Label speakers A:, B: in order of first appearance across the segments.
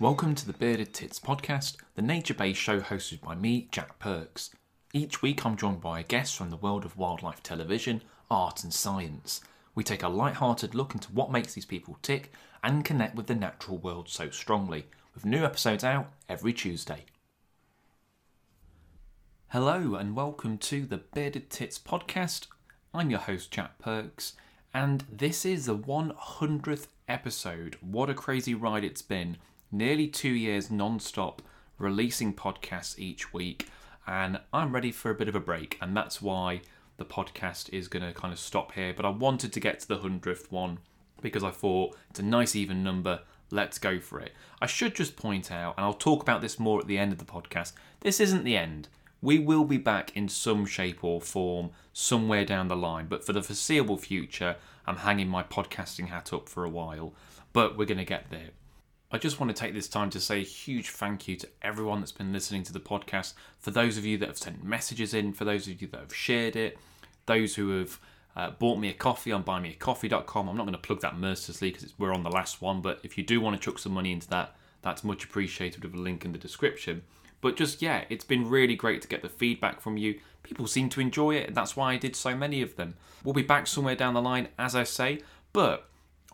A: Welcome to the Bearded Tits podcast, the nature based show hosted by me, Jack Perks. Each week I'm joined by a guest from the world of wildlife television, art, and science. We take a light-hearted look into what makes these people tick and connect with the natural world so strongly, with new episodes out every Tuesday. Hello, and welcome to the Bearded Tits podcast. I'm your host, Jack Perks, and this is the 100th episode. What a crazy ride it's been! Nearly two years non stop releasing podcasts each week, and I'm ready for a bit of a break, and that's why the podcast is going to kind of stop here. But I wanted to get to the 100th one because I thought it's a nice even number. Let's go for it. I should just point out, and I'll talk about this more at the end of the podcast, this isn't the end. We will be back in some shape or form somewhere down the line, but for the foreseeable future, I'm hanging my podcasting hat up for a while, but we're going to get there. I just want to take this time to say a huge thank you to everyone that's been listening to the podcast. For those of you that have sent messages in, for those of you that have shared it, those who have uh, bought me a coffee on buymeacoffee.com. I'm not going to plug that mercilessly because we're on the last one, but if you do want to chuck some money into that, that's much appreciated with a link in the description. But just, yeah, it's been really great to get the feedback from you. People seem to enjoy it, and that's why I did so many of them. We'll be back somewhere down the line, as I say, but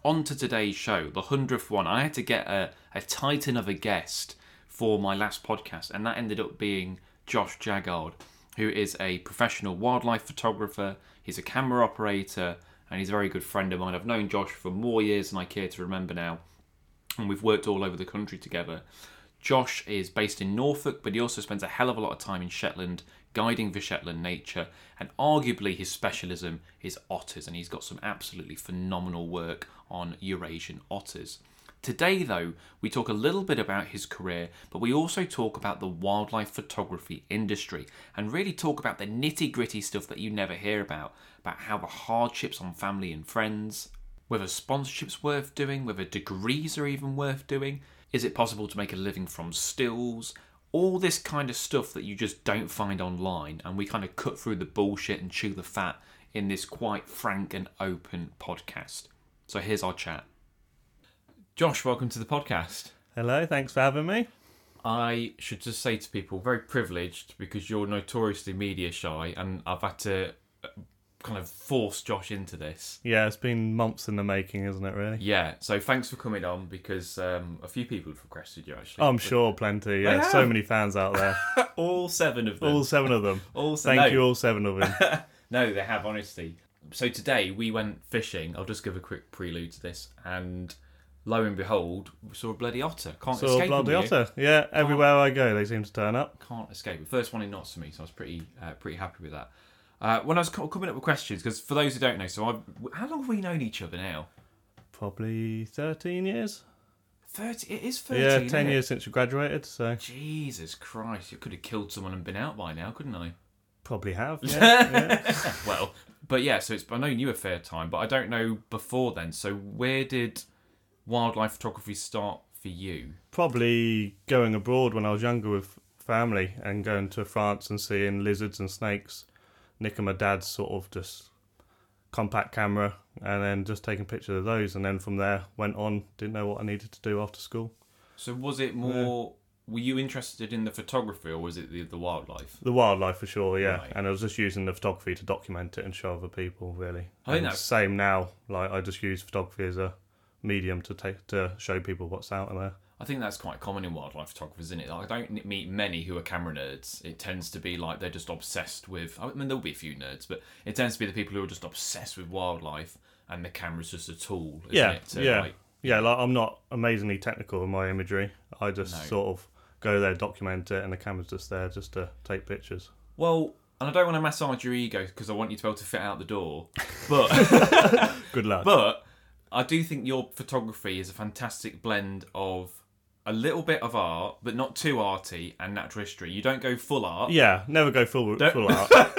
A: on to today's show, the 100th one. I had to get a, a titan of a guest for my last podcast, and that ended up being Josh Jagard, who is a professional wildlife photographer, he's a camera operator, and he's a very good friend of mine. I've known Josh for more years than I care to remember now, and we've worked all over the country together. Josh is based in Norfolk, but he also spends a hell of a lot of time in Shetland guiding the Shetland nature, and arguably his specialism is otters, and he's got some absolutely phenomenal work on Eurasian otters. Today, though, we talk a little bit about his career, but we also talk about the wildlife photography industry and really talk about the nitty gritty stuff that you never hear about, about how the hardships on family and friends, whether sponsorship's worth doing, whether degrees are even worth doing, is it possible to make a living from stills? All this kind of stuff that you just don't find online, and we kind of cut through the bullshit and chew the fat in this quite frank and open podcast. So here's our chat. Josh, welcome to the podcast.
B: Hello, thanks for having me.
A: I should just say to people, very privileged because you're notoriously media shy, and I've had to uh, kind of force Josh into this.
B: Yeah, it's been months in the making, isn't it, really?
A: Yeah, so thanks for coming on because um, a few people have requested you actually.
B: I'm sure plenty.
A: They
B: Yeah,
A: have.
B: so many fans out there.
A: all seven of them.
B: Oh. all seven of them.
A: All se-
B: Thank
A: no.
B: you, all seven of them.
A: No, they have honestly. So today we went fishing. I'll just give a quick prelude to this, and lo and behold, we saw a bloody otter. Can't
B: So
A: escape
B: bloody
A: them, you.
B: otter. Yeah, everywhere I go, they seem to turn up.
A: can't escape. The first one in knots for me, so I was pretty uh, pretty happy with that. Uh, when I was co- coming up with questions, because for those who don't know, so I, how long have we known each other now?
B: Probably 13 years.
A: Thirty. It is thirteen.
B: Yeah,
A: isn't
B: 10
A: it?
B: years since you graduated, so
A: Jesus Christ! I could have killed someone and been out by now, couldn't I?
B: probably have. Yeah, yeah.
A: well, but yeah. So it's I know you a fair time, but I don't know before then. So where did wildlife photography start for you?
B: Probably going abroad when I was younger with family and going to France and seeing lizards and snakes. Nick and my dad's sort of just compact camera and then just taking pictures of those and then from there went on didn't know what i needed to do after school
A: So was it more? Were you interested in the photography or was it the, the wildlife?
B: The wildlife for sure, yeah.
A: Right.
B: And I was just using the photography to document it and show other people, really.
A: I think
B: And
A: that's-
B: same now. Like I just use photography as a medium to take to show people what's out there.
A: I think that's quite common in wildlife photographers, isn't it? Like, I don't meet many who are camera nerds. It tends to be like they're just obsessed with. I mean, there'll be a few nerds, but it tends to be the people who are just obsessed with wildlife, and the camera's just a tool, isn't
B: yeah,
A: it? to,
B: yeah,
A: like-
B: yeah. Like I'm not amazingly technical in my imagery. I just
A: No.
B: sort of go there, document it, and the camera's just there just to take pictures.
A: well, and I don't want to massage your ego because I want you to be able to fit out the door, but.
B: Good luck.
A: But I do think your photography is a fantastic blend of a little bit of art, but not too arty, and natural history. You don't go full art.
B: yeah, never go full
A: Don't-
B: full art.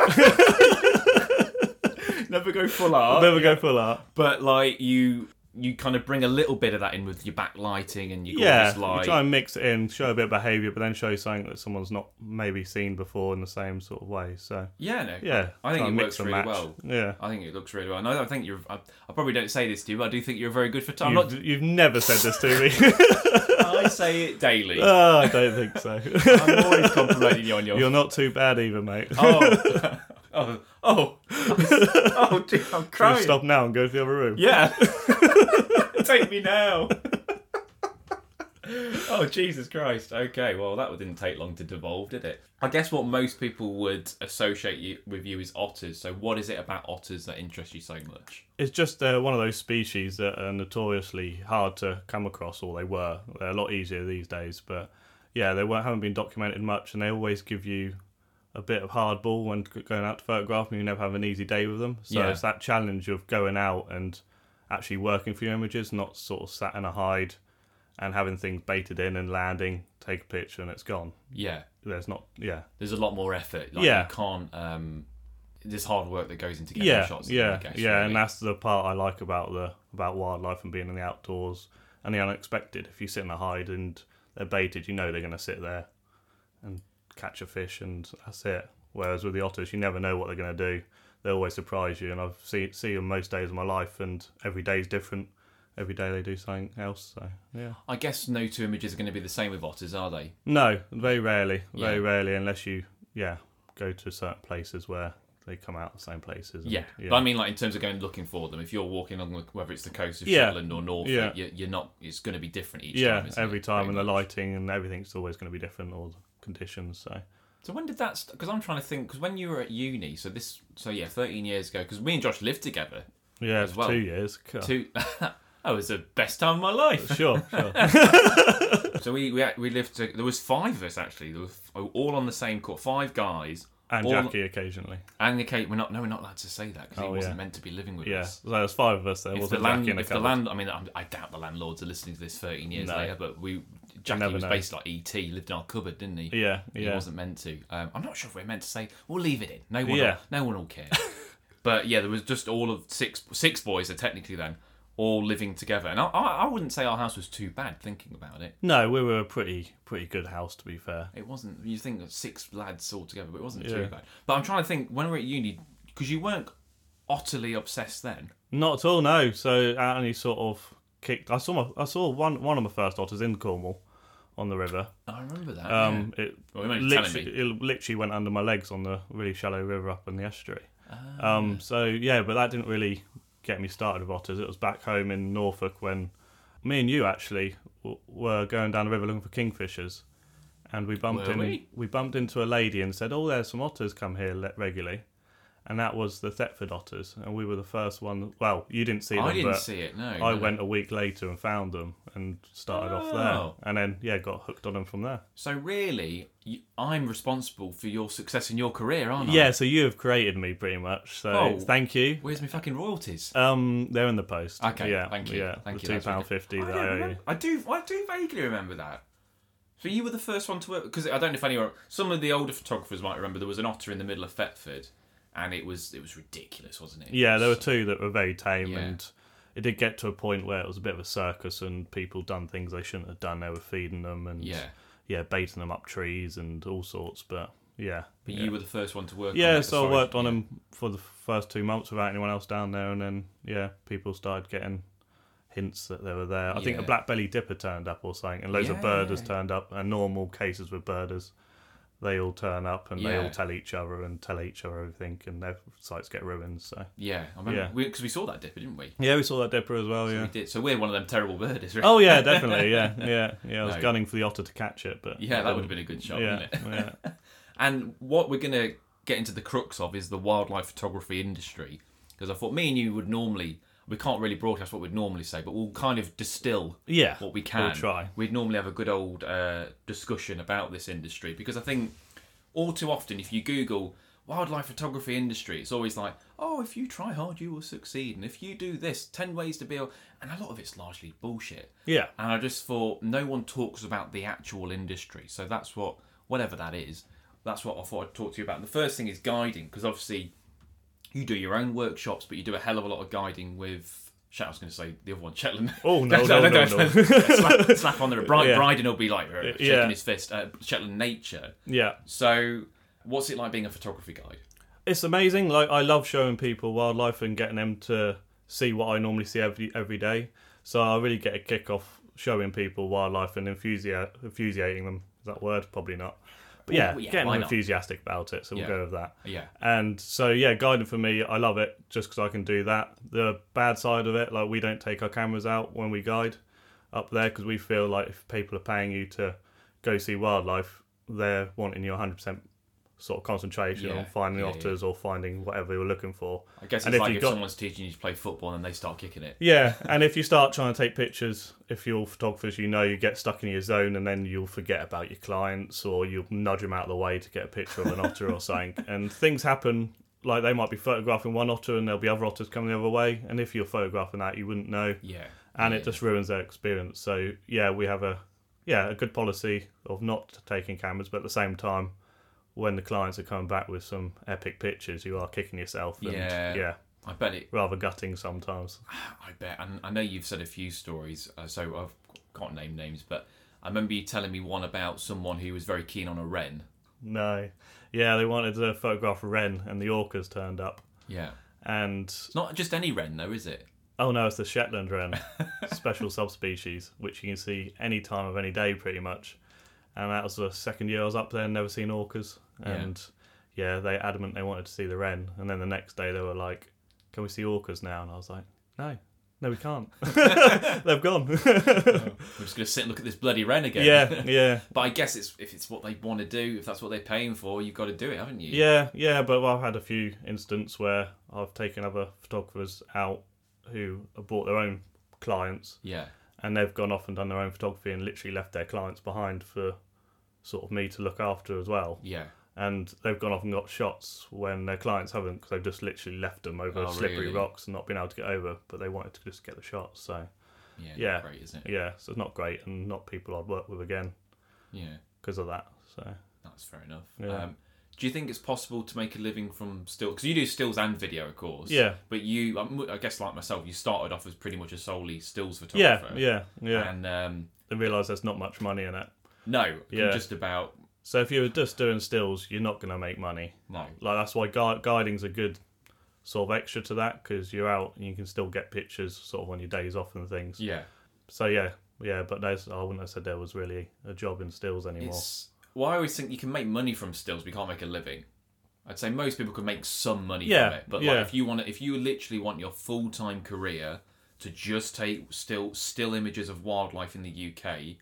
A: Never go full art.
B: never go full art.
A: but like you you kind of bring a little bit of that in with your back lighting and your
B: Yeah,
A: gorgeous
B: you
A: light.
B: try and mix it in, show a bit of behaviour, but then show something that someone's not maybe seen before in the same sort of way. So
A: yeah, no,
B: yeah,
A: I think it
B: try and
A: works
B: mix and
A: really
B: match.
A: well.
B: Yeah,
A: I think it looks really well. And I don't think you're. I, I probably don't say this to you, but I do think you're a very good
B: you've,
A: photographer.
B: you've never said this to me.
A: I'm not. I say it daily.
B: oh, I don't think so.
A: I'm always complimenting you on your.
B: You're not too bad either, mate.
A: oh, oh, oh, oh, dear, I'm crying.
B: Stop now and go to the other room.
A: Yeah. take me now. oh, Jesus Christ. Okay, well, that didn't take long to devolve, did it? I guess what most people would associate you, with you is otters. So, what is it about otters that interests you so much?
B: It's just uh, one of those species that are notoriously hard to come across, or they were. They're a lot easier these days, but yeah, they weren't, haven't been documented much, and they always give you a bit of hardball when g- going out to photograph, and you never have an easy day with them. So
A: Yeah.
B: it's that challenge of going out and actually working for your images, not sort of sat in a hide and having things baited in and landing, take a picture, and it's gone.
A: Yeah,
B: There's not, yeah.
A: there's a lot more effort. Like,
B: Yeah.
A: You can't. Um, there's hard work that goes into getting
B: yeah,
A: shots. in,
B: Yeah,
A: I guess,
B: yeah,
A: really.
B: and that's the part I like about the about wildlife and being in the outdoors and the unexpected. If you sit in a hide and they're baited, you know they're going to sit there and catch a fish, and that's it. Whereas with the otters, you never know what they're going to do. They always surprise you, and I've see see them most days of my life, and every day is different. Every day they do something else. So yeah,
A: I guess no two images are going to be the same with otters, are they?
B: no, very rarely, very
A: Yeah.
B: rarely, unless you yeah go to certain places where they come out the same places. And,
A: Yeah. but I mean, like in terms of going looking for them. If you're walking on, the- whether it's the coast of
B: Yeah.
A: Shetland or Norfolk,
B: Yeah.
A: you're, you're not. It's going to be different each
B: yeah
A: time. isn't
B: every
A: it?
B: time
A: Pretty
B: and the
A: much.
B: lighting and everything's always going to be different or the conditions so
A: So when did that? Because I'm trying to think. Because when you were at uni, so this, so yeah, 13 years ago. Because me and Josh lived together.
B: yeah
A: As
B: for
A: well.
B: two years God.
A: Two. that was the best time of my life.
B: sure sure
A: so we we, act- we lived. To, there was five of us actually. There were oh, all on the same court. Five guys.
B: and
A: all,
B: jackie occasionally
A: And the Kate. We're not. No, we're not allowed to say that because
B: Oh,
A: he wasn't
B: yeah.
A: meant to be living with
B: yeah
A: us.
B: so there's five of us there
A: If
B: wasn't
A: the, land,
B: jackie in a
A: if the
B: cupboard
A: land, I mean, I, I doubt the landlords are listening to this 13 years
B: No.
A: later, but we, Jackie
B: never
A: was
B: know.
A: basically like ET, lived in our cupboard, didn't he?
B: yeah
A: He
B: yeah
A: wasn't meant to. Um, I'm not sure if we're meant to say. We'll leave it in. No one.
B: Yeah.
A: Will, no one will care. but yeah, there was just all of six six boys. Are technically then all living together, and I, I, I wouldn't say our house was too bad. Thinking about it,
B: no we were a pretty pretty good house to be fair
A: it wasn't. You think of six lads all together, but it wasn't
B: Yeah.
A: too bad. But I'm trying to think when we were at uni because you weren't utterly obsessed then.
B: not at all no so i only sort of kicked i saw my i saw one one of my first otters in cornwall on the river
A: I remember that.
B: um it
A: yeah. well, you weren't telling
B: literally,
A: me.
B: it literally went under my legs on the really shallow river up in the estuary.
A: Ah.
B: um, so yeah, but that didn't really get me started with otters. It was back home in Norfolk when me and you actually w- were going down the river looking for kingfishers, and we bumped
A: Were
B: in.
A: we?
B: bumped into a lady and said, "Oh, there's some otters come here le- regularly." And that was the Thetford otters, and we were the first one. Well, you didn't see them,
A: I didn't
B: but
A: see it. No,
B: I
A: no.
B: went a week later and found them and started
A: Oh.
B: off there, and then yeah, got hooked on them from there.
A: So really, you, I'm responsible for your success in your career, aren't I?
B: Yeah, so you have created me pretty much. So
A: Oh.
B: thank you.
A: Where's my fucking royalties?
B: Um, they're in the post.
A: Okay,
B: yeah,
A: thank you,
B: Yeah,
A: thank
B: the
A: you,
B: two
A: that's
B: pound fifty
A: I
B: that
A: don't
B: I owe you.
A: remember. I do. I do vaguely remember that. So you were the first one to work because I don't know if anyone. Some of the older photographers might remember there was an otter in the middle of Thetford, and it was it was ridiculous, wasn't it?
B: Yeah, there were two that were very tame,
A: Yeah.
B: and it did get to a point where it was a bit of a circus, and people done things they shouldn't have done. They were feeding them and
A: Yeah.
B: yeah, baiting them up trees and all sorts. But yeah,
A: But you were the first one to work. on
B: yeah.
A: it,
B: So I
A: sorry.
B: worked on them for the first two months without anyone else down there, and then yeah, people started getting hints that they were there. I think a
A: Yeah.
B: black belly dipper turned up or something, and loads of
A: Yeah.
B: birders turned up, and normal cases with birders. They all turn up and they
A: Yeah.
B: all tell each other and tell each other everything, and their sites get ruined. So
A: Yeah, I
B: Yeah.
A: remember because we saw that dipper, didn't we?
B: yeah, we saw that dipper as well.
A: We
B: Yeah.
A: did. So we're one of them terrible birders, right?
B: Oh yeah, definitely. Yeah, yeah, yeah. I was
A: No.
B: gunning for the otter to catch it, but
A: yeah, that would have been a good shot, wouldn't
B: yeah,
A: it?
B: yeah.
A: And what we're going to get into the crux of is the wildlife photography industry. Because I thought me and you would normally, we can't really broadcast what we'd normally say, but we'll kind of distill
B: Yeah,
A: what we can.
B: we'll try.
A: We'd normally have a good old uh, discussion about this industry because I think all too often, if you Google wildlife photography industry, it's always like, oh, if you try hard, you will succeed. And if you do this, 10 ways to be. a-" And a lot of it's largely bullshit.
B: yeah.
A: And I just thought no one talks about the actual industry. So that's what, whatever that is, that's what I thought I'd talk to you about. And the first thing is guiding, because obviously you do your own workshops, but you do a hell of a lot of guiding with Shit, I was going to say the other one, Shetland.
B: Oh, no, no, no, no.
A: slap, slap on the Bri-
B: Yeah.
A: Bryden will be like uh, shaking
B: Yeah.
A: his fist. Uh, Shetland nature.
B: Yeah.
A: So, what's it like being a photography guide?
B: it's amazing. Like I love showing people wildlife and getting them to see what I normally see every every day. So I really get a kick off showing people wildlife and enthusia- enthusiating them. Is that a word? Probably not. But yeah,
A: Well, yeah,
B: getting
A: why
B: them
A: not?
B: enthusiastic about it. So we'll
A: Yeah.
B: go with that.
A: Yeah.
B: And so yeah, guiding for me, I love it just because I can do that. The bad side of it, like we don't take our cameras out when we guide up there because we feel like if people are paying you to go see wildlife, they're wanting your 100% sort of concentration
A: Yeah,
B: on finding
A: yeah,
B: otters or finding whatever you're looking for.
A: I guess it's
B: And if
A: like
B: you
A: if
B: got-
A: someone's teaching you to play football and they start kicking it.
B: Yeah, and if you start trying to take pictures, if you're photographers, you know you get stuck in your zone and then you'll forget about your clients or you'll nudge them out of the way to get a picture of an otter or something. And things happen, like they might be photographing one otter and there'll be other otters coming the other way. And if you're photographing that, you wouldn't know.
A: Yeah.
B: And it just ruins their experience. So, yeah, we have a yeah, a good policy of not taking cameras, but at the same time, when the clients are coming back with some epic pictures, you are kicking yourself and
A: Yeah.
B: yeah
A: I bet it.
B: rather gutting sometimes.
A: I bet. And I know you've said a few stories, uh, so I've can't name names, but I remember you telling me one about someone who was very keen on a wren.
B: No. Yeah, they wanted to photograph Wren and the orcas turned up.
A: Yeah.
B: And
A: It's not just any wren, though, is it?
B: oh no, it's the Shetland wren, special subspecies, which you can see any time of any day pretty much. And that was the second year I was up there and never seen orcas. And yeah, they adamant they wanted to see the wren. And then the next day they were like, Can we see orcas now? And I was like, No, no, we can't. They've gone.
A: We're just going to sit and look at this bloody wren again.
B: yeah, yeah.
A: But I guess it's if it's what they want to do, if that's what they're paying for, you've got to do it, haven't you?
B: Yeah, yeah, but I've had a few instances where I've taken other photographers out who have brought their own clients
A: Yeah.
B: and they've gone off and done their own photography and literally left their clients behind for sort of me to look after as well.
A: Yeah.
B: And they've gone off and got shots when their clients haven't because they've just literally left them over
A: Oh,
B: slippery
A: really?
B: rocks and not been able to get over, but they wanted to just get the shots. So,
A: Yeah.
B: Yeah.
A: Great, isn't it?
B: yeah, so it's not great and not people I'd work with again
A: Yeah.
B: because of that. So,
A: That's fair enough.
B: Yeah.
A: Um, do you think it's possible to make a living from still? Because you do stills and video, of course.
B: Yeah.
A: But you, I'm- I guess, like myself, you started off as pretty much a solely stills
B: yeah,
A: photographer.
B: yeah, yeah.
A: And um,
B: They realise there's not much money in it.
A: no,
B: Yeah.
A: just about
B: So if you were just doing stills, you're not going to make money.
A: no.
B: Like that's why gui- guiding's a good sort of extra to that because you're out and you can still get pictures sort of on your days off and things.
A: Yeah.
B: So yeah, yeah. But there's, I wouldn't have said there was really a job in stills anymore.
A: It's well, I always think you can make money from stills, but you can't make a living. I'd say most people can make some money
B: Yeah,
A: from it, but
B: yeah.
A: like if you want, to, if you literally want your full time career to just take still still images of wildlife in the UK,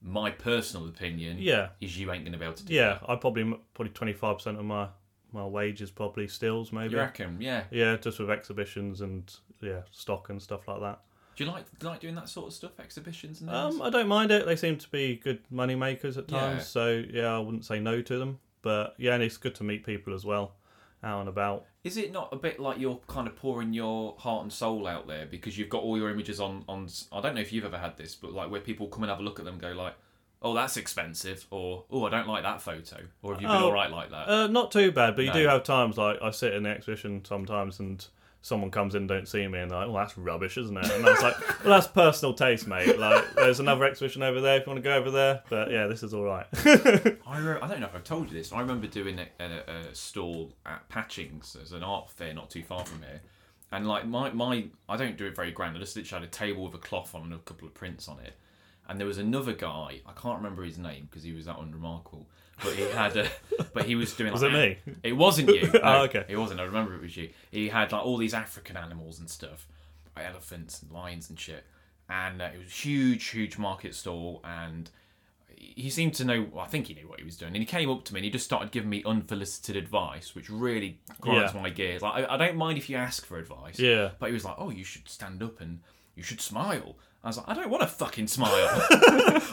A: my personal opinion,
B: Yeah.
A: is you ain't going to be able to do.
B: Yeah, I probably m- probably twenty five percent of my my wages probably stills
A: that.
B: maybe.
A: You reckon? Yeah.
B: Yeah, just with exhibitions and yeah stock and stuff like that.
A: Do you like do you like doing that sort of stuff, exhibitions and things?
B: Um, I don't mind it. They seem to be good money makers at
A: Yeah.
B: times, so yeah, I wouldn't say no to them. But yeah, and it's good to meet people as well, out and about.
A: Is it not a bit like you're kind of pouring your heart and soul out there because you've got all your images on on? I don't know if you've ever had this, but like where people come and have a look at them, and go like, "Oh, that's expensive," or "Oh, I don't like that photo," or "Have you been
B: Oh,
A: all right like that?"
B: Uh, not too bad, but you
A: No.
B: do have times like I sit in the exhibition sometimes and someone comes in and don't see me and they're like, well, that's rubbish, isn't it? And I was like, well, that's personal taste, mate. Like, there's another exhibition over there if you want to go over there. But yeah, this is all right.
A: I, re- I don't know if I've told you this. I remember doing a, a, a stall at Patchings as an art fair not too far from here, and like my my I don't do it very grand. I just literally had a table with a cloth on and a couple of prints on it, and there was another guy. I can't remember his name because he was that unremarkable, but he had a but he was doing.
B: Was
A: like,
B: it me?
A: It wasn't you. No,
B: Oh, okay.
A: It wasn't. I remember it was you. He had like all these African animals and stuff, like elephants and lions and shit. And uh, it was a huge, huge market stall, and he seemed to know. I think he knew what he was doing, and he came up to me and he just started giving me unsolicited advice, which really grinds
B: Yeah.
A: my gears. Like I, I don't mind if you ask for advice,
B: Yeah.
A: but he was like, "Oh, you should stand up and you should smile." I was like, "I don't want to fucking smile.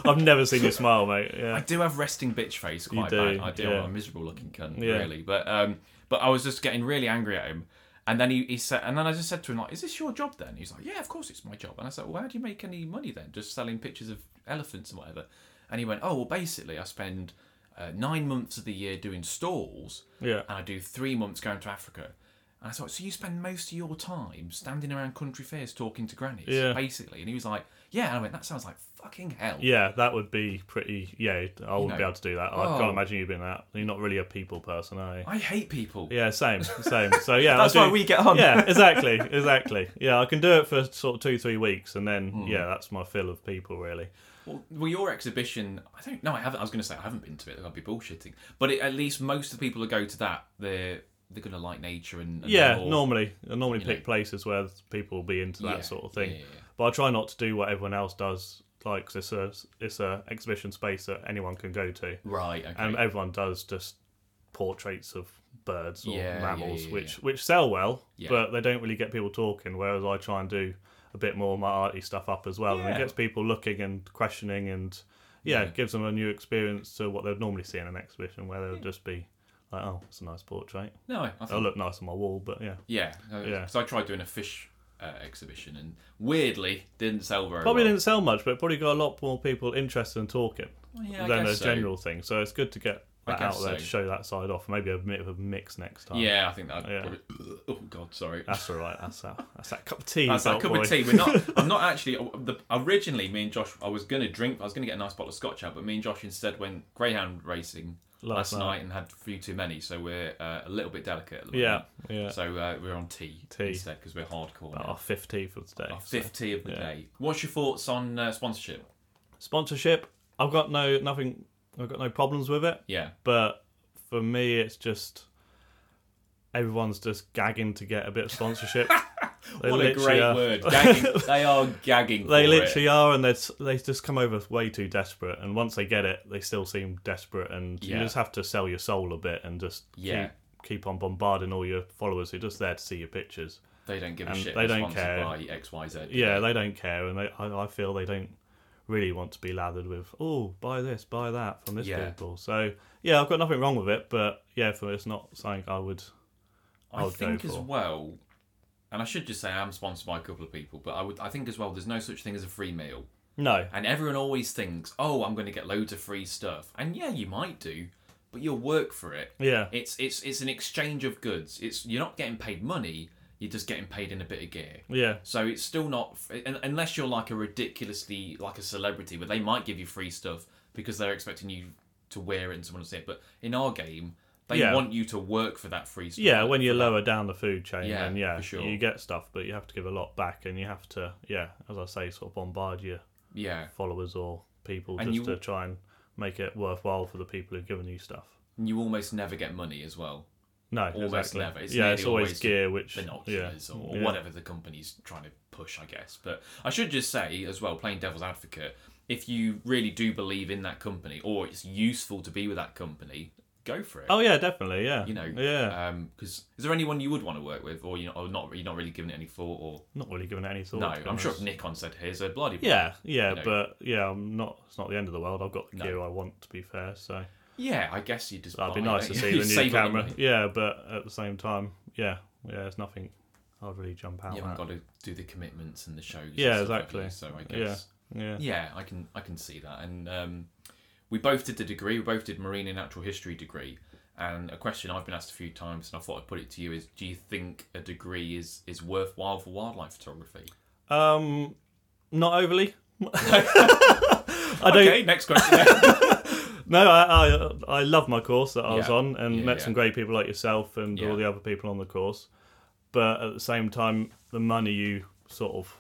B: I've never seen you smile, mate.
A: I
B: Yeah.
A: do have resting bitch face quite
B: do,
A: bad. I do.
B: yeah.
A: I'm a miserable looking cunt,
B: Yeah.
A: really. But um, but I was just getting really angry at him." And then he, he said, and then I just said to him, like, is this your job then? He's like, yeah, of course it's my job. And I said, well, how do you make any money then? Just selling pictures of elephants and whatever. And he went, oh, well, basically, I spend uh, nine months of the year doing stalls
B: Yeah.
A: and I do three months going to Africa. And I thought, so you spend most of your time standing around country fairs talking to grannies,
B: Yeah.
A: basically. And he was like, yeah. And I went, that sounds like fucking hell.
B: Yeah, that would be pretty. Yeah, I wouldn't be
A: know.
B: able to do that. I
A: Oh.
B: can't imagine you being that. You're not really a people person, are you?
A: I hate people.
B: Yeah, same, same. So yeah,
A: That's
B: I do-
A: why we get on.
B: Yeah, exactly, exactly. Yeah, I can do it for sort of two, three weeks, and then
A: Hmm.
B: yeah, that's my fill of people really.
A: Well, well, your exhibition, I don't know. I haven't. I was going to say I haven't been to it. I'll be bullshitting. But it, at least most of the people who go to that, they're they're going to like nature and, and
B: Yeah,
A: they're more-
B: normally I normally
A: you
B: pick
A: know.
B: places where people will be into that
A: Yeah,
B: sort of thing.
A: yeah, yeah, yeah.
B: But I try not to do what everyone else does, like 'cause it's a it's a exhibition space that anyone can go to,
A: Right. Okay.
B: and everyone does just portraits of birds or
A: Yeah, yeah,
B: mammals,
A: yeah, yeah.
B: which which sell well,
A: Yeah.
B: but they don't really get people talking. Whereas I try and do a bit more of my arty stuff up as well, and
A: Yeah.
B: it gets people looking and questioning, and yeah,
A: Yeah.
B: it gives them a new experience to what they'd normally see in an exhibition, where they'll just be like, "Oh, it's a nice portrait.
A: no, I think
B: It'll look nice on my wall," but yeah.
A: Yeah,
B: Yeah.
A: Because I tried doing a fish uh, exhibition and weirdly didn't sell very
B: Probably
A: well.
B: didn't sell much, but it probably got a lot more people interested in talking
A: Well, yeah, I
B: than a
A: guess so.
B: general thing. So it's good to get
A: I
B: that
A: guess
B: out there to
A: so.
B: show that side off. Maybe a bit of a mix next time.
A: Yeah, I think that.
B: Yeah.
A: Probably, oh God, sorry.
B: That's all right. That's that. That's that cup of tea.
A: That's that
B: belt
A: cup
B: boy.
A: of tea. We're not. I'm not actually. uh, The, originally, me and Josh, I was gonna drink. I was gonna get a nice bottle of scotch out, but me and Josh instead went greyhound racing
B: Last
A: last,
B: night.
A: night. and had a few too many, so we're uh, a little bit delicate. At the
B: Yeah,
A: moment.
B: yeah.
A: So uh, we're on tea,
B: Tea.
A: instead because we're hardcore.
B: About
A: now.
B: our fifth tea for today.
A: Our
B: so.
A: fifth tea of the
B: yeah.
A: day. What's your thoughts on uh, sponsorship?
B: Sponsorship. I've got no nothing. I've got no problems with it.
A: Yeah.
B: But for me, it's just everyone's just gagging to get a bit of sponsorship. They
A: what a
B: literally
A: great
B: are-
A: word. Gagging. they are gagging.
B: They
A: for it.
B: literally are, and they they just come over way too desperate. And once they get it, they still seem desperate, and
A: Yeah.
B: you just have to sell your soul a bit and just
A: Yeah.
B: keep, keep on bombarding all your followers who are just there to see your pictures.
A: They don't give a
B: And
A: shit.
B: they
A: They
B: don't
A: don't
B: care.
A: care. By X Y Z.
B: Yeah, they don't care, and they, I, I feel they don't really want to be lathered with oh buy this, buy that from this
A: Yeah.
B: people. So yeah, I've got nothing wrong with it, but yeah, for it's not something I would.
A: I
B: I'll go
A: think as
B: for.
A: well, and I should just say I am sponsored by a couple of people, but I would I think as well there's no such thing as a free meal,
B: No,
A: and everyone always thinks, oh, I'm going to get loads of free stuff, and yeah, you might do, but you'll work for it.
B: yeah,
A: It's it's it's an exchange of goods. It's you're not getting paid money. You're just getting paid in a bit of gear.
B: yeah,
A: So it's still not, un- unless you're like a ridiculously like a celebrity, but they might give you free stuff because they're expecting you to wear it and someone to see it. But in our game, they
B: Yeah.
A: want you to work for that free stuff.
B: yeah. When you're lower down the food chain,
A: Yeah,
B: then yeah,
A: for sure.
B: you get stuff, but you have to give a lot back, and you have to yeah, as I say, sort of bombard your
A: yeah,
B: followers or people
A: And
B: just
A: you-
B: to try and make it worthwhile for the people who've given you stuff.
A: and you almost never get money as well.
B: No,
A: Almost
B: exactly.
A: never. It's
B: yeah,
A: nearly
B: it's always,
A: always
B: gear, which yeah,
A: binoculars or
B: yeah.
A: whatever the company's trying to push, I guess. But I should just say as well, playing devil's advocate, if you really do believe in that company or it's useful to be with that company, go for it.
B: Oh yeah, definitely. Yeah,
A: You know, uh,
B: yeah.
A: Because is there anyone you would want to work with, or you know, or not? You're not really giving it any thought, or
B: not really giving it any thought.
A: no?
B: to be
A: I'm sure if
B: honest.
A: Nikon said, "Here's a bloody
B: Yeah, yeah,
A: know.
B: but yeah, I'm not. It's not the end of the world. I've got the
A: No.
B: gear I want. To be fair, so
A: yeah," I guess you just
B: that'd be
A: buy
B: nice
A: it.
B: to see
A: You
B: the new
A: save up
B: camera.
A: money.
B: Yeah, but at the same time, yeah, yeah, it's nothing. I'd really jump out.
A: You
B: at.
A: haven't got to do the commitments and the shows. and
B: Yeah,
A: stuff like
B: exactly.
A: that, so I
B: Yeah.
A: guess
B: yeah,
A: yeah, I can I can see that. And um, we both did the degree. We both did marine and natural history degree. And a question I've been asked a few times, and I thought I'd put it to you is: Do you think a degree is is worthwhile for wildlife photography?
B: Um, not overly. I don't.
A: Okay, next question.
B: No, I, I I love my course that I was
A: Yeah.
B: on and
A: Yeah,
B: met
A: yeah.
B: some great people like yourself and
A: Yeah.
B: all the other people on the course. But at the same time, the money you sort of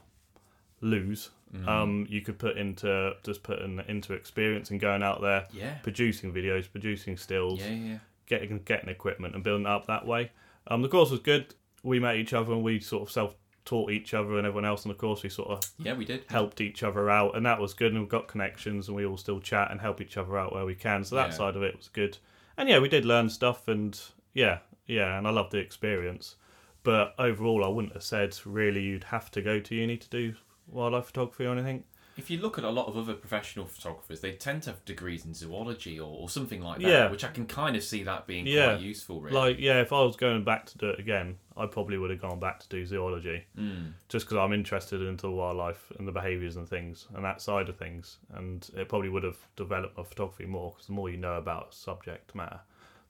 B: lose,
A: Mm-hmm.
B: um, you could put into just putting into experience and going out there,
A: yeah.
B: producing videos, producing stills,
A: Yeah, yeah,
B: getting getting equipment and building it up that way. Um, the course was good. We met each other and we sort of self taught each other and everyone else on the course. We sort of
A: yeah. We did.
B: helped each other out, and that was good. And we've got connections, and we all still chat and help each other out where we can. So that
A: Yeah.
B: side of it was good. And yeah, we did learn stuff, and yeah, yeah, and I loved the experience. But overall, I wouldn't have said really you'd have to go to uni to do wildlife photography or anything.
A: If you look at a lot of other professional photographers, they tend to have degrees in zoology or, or something like that,
B: Yeah.
A: which I can kind of see that being
B: Yeah.
A: quite useful, really.
B: Like, yeah, if I was going back to do it again, I probably would have gone back to do zoology
A: Mm.
B: just because I'm interested into the wildlife and the behaviours and things and that side of things. And it probably would have developed my photography more because the more you know about subject matter,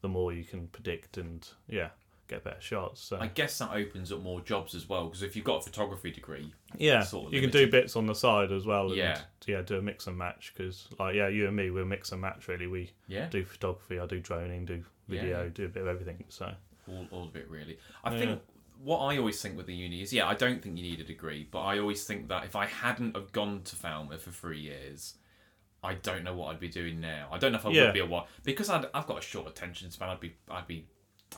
B: the more you can predict and, yeah, get better shots. So
A: I guess that opens up more jobs as well because if you've got a photography degree,
B: yeah,
A: sort of
B: you can do bits on the side as well. And,
A: Yeah.
B: yeah, do a mix and match because like yeah, you and me we're mix and match really. We
A: yeah,
B: do photography, I do droning, do
A: Yeah.
B: video, do a bit of everything. So
A: all, all of it really. I
B: Yeah.
A: think what I always think with the uni is yeah, I don't think you need a degree, but I always think that if I hadn't have gone to Falmouth for three years. I don't know what I'd be doing now. I don't know if I
B: Yeah.
A: would be a what because I'd, I've got a short attention span. I'd be I'd be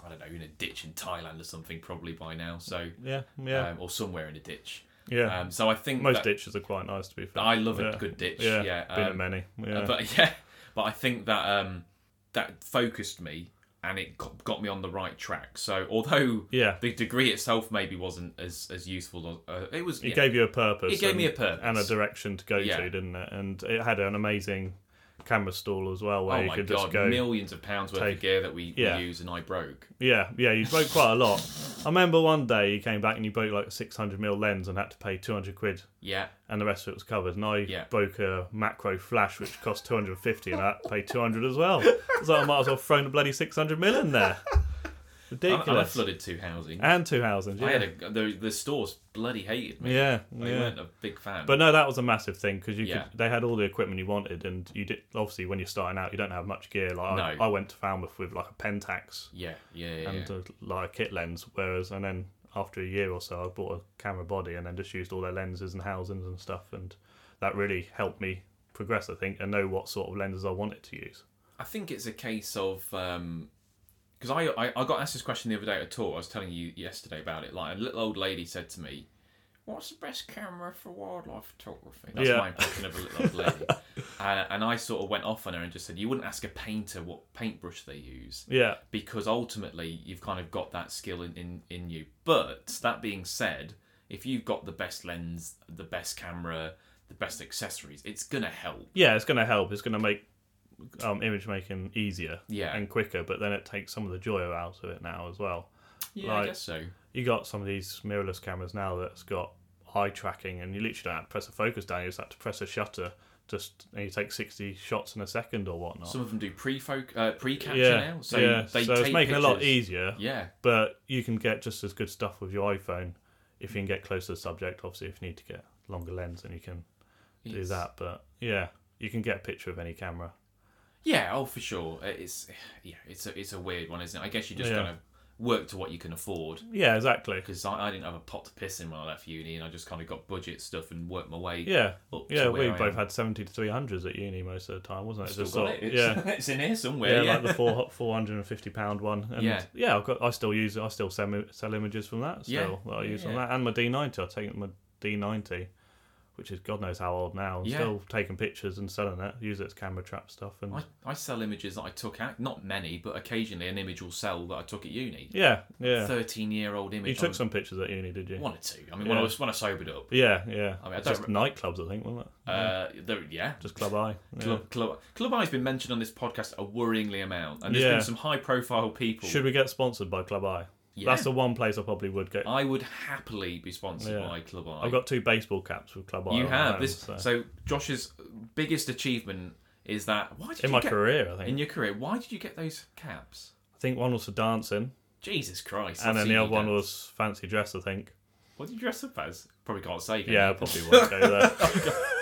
A: I don't know in a ditch in Thailand or something probably by now. So
B: yeah, yeah,
A: um, or somewhere in a ditch.
B: yeah.
A: Um, so I think
B: Most
A: that-
B: ditches are quite nice to be fair.
A: I love
B: yeah.
A: a good ditch.
B: Yeah,
A: Yeah,
B: been
A: um,
B: at many. Yeah,
A: but yeah, but I think that um, that focused me and it got- got me on the right track. So although
B: yeah.
A: the degree itself maybe wasn't as as useful, as, uh, it was.
B: It
A: yeah,
B: gave you a purpose.
A: it gave me a
B: and-
A: purpose
B: and a direction to go
A: Yeah.
B: to, didn't it? And it had an amazing camera stall as well, where
A: Oh
B: you
A: my
B: could
A: god!
B: just go.
A: millions of pounds worth
B: take-
A: of gear that we, we
B: Yeah.
A: use, and I broke.
B: Yeah, yeah, you broke quite a lot. I remember one day you came back and you broke like a 600 mil lens and had to pay 200 quid,
A: Yeah,
B: and the rest of it was covered. And I
A: Yeah.
B: broke a macro flash which cost 250, and I had to pay 200 as well. So I might as well have thrown a bloody 600 mil in there.
A: I, and I
B: Ridiculous.
A: flooded two housing.
B: and two houses. Yeah,
A: I had a, the the stores bloody hated me.
B: yeah,
A: They
B: yeah.
A: weren't a big fan.
B: But no, that was a massive thing because you
A: Yeah.
B: could, they had all the equipment you wanted, and you did obviously when you're starting out, you don't have much gear. Like I,
A: No.
B: I went to Falmouth with like a Pentax
A: yeah, yeah, yeah.
B: and
A: yeah.
B: a, like a kit lens, whereas and then after a year or so, I bought a camera body and then just used all their lenses and housings and stuff, and that really helped me progress, I think, and know what sort of lenses I wanted to use.
A: I think it's a case of because I, I I got asked this question the other day at a talk. I was telling you yesterday about it. Like a little old lady said to me, "What's the best camera for wildlife photography?" That's
B: Yeah.
A: my impression of a little old lady. and, and I sort of went off on her and just said, "You wouldn't ask a painter what paintbrush they use
B: Yeah,
A: because ultimately you've kind of got that skill in in, in you." But that being said, if you've got the best lens, the best camera, the best accessories, it's gonna help.
B: yeah, it's gonna help. It's gonna make um, image making easier
A: Yeah.
B: and quicker, but then it takes some of the joy out of it now as well.
A: Yeah, I
B: Like-
A: guess so.
B: you got some of these mirrorless cameras now that's got eye tracking and you literally don't have to press a focus down you just have to press a shutter just and you take 60 shots in a second or whatnot
A: Some of them do pre folk uh, pre capture
B: yeah
A: now, so
B: yeah
A: they
B: so
A: take
B: it's making
A: pictures.
B: it a lot easier
A: Yeah,
B: but you can get just as good stuff with your iphone if you can get close to the subject obviously if you need to get longer lens then you can do
A: it's-
B: that but yeah you can get a picture of any camera
A: Yeah, oh for sure. Uh, It's yeah, it's a it's a weird one, isn't it? I guess you just
B: Yeah.
A: kind of work to what you can afford.
B: yeah exactly
A: Because I, I didn't have a pot to piss in when I left uni, and I just kind of got budget stuff and worked my way.
B: yeah
A: up to
B: yeah
A: where
B: we
A: I
B: both
A: am.
B: had 70 to 300s at uni most of the time wasn't it
A: Still
B: Just
A: got
B: sort-
A: it. It's,
B: yeah
A: it's in here somewhere.
B: yeah,
A: Yeah,
B: like the four four hundred and fifty pound one. And
A: Yeah.
B: yeah, I've got. I still use it. I still sell, mi- sell images from that. Still,
A: Yeah,
B: that I use on
A: yeah.
B: that, and my D ninety. I take my D ninety, which is God knows how old now. and
A: Yeah.
B: Still taking pictures and selling it. Use it as camera trap stuff, and
A: I, I sell images that I took out. Not many, but occasionally an image will sell that I took at uni.
B: yeah, yeah.
A: Thirteen-year-old image.
B: you took
A: on-
B: some pictures at uni, did you?
A: one or two. I mean, when I
B: Yeah.
A: was when I sobered up.
B: Yeah, yeah.
A: I mean, I don't
B: Just nightclubs, I think, wasn't it?
A: Uh, there, yeah,
B: Just club eye. Yeah.
A: Club, Club, Club Eye's been mentioned on this podcast a worryingly amount, and there's
B: Yeah.
A: been some high profile people.
B: Should we get sponsored by Club Eye?
A: Yeah. Oh
B: That's the one place I probably would get.
A: I would happily be sponsored
B: Yeah.
A: by Club Eye.
B: I've got two baseball caps with Club Eye.
A: you
B: on
A: have
B: them,
A: this.
B: so-
A: So. Josh's biggest achievement is that. Why did
B: in
A: you
B: my
A: get,
B: career, I think.
A: in your career? Why did you get those caps?
B: I think one was for dancing.
A: Jesus Christ!
B: and
A: I've
B: then
A: seen
B: the
A: you
B: other one
A: dance.
B: was fancy dress, I think.
A: What did you dress up as? Probably can't say. can
B: Yeah, I
A: you?
B: probably won't go there.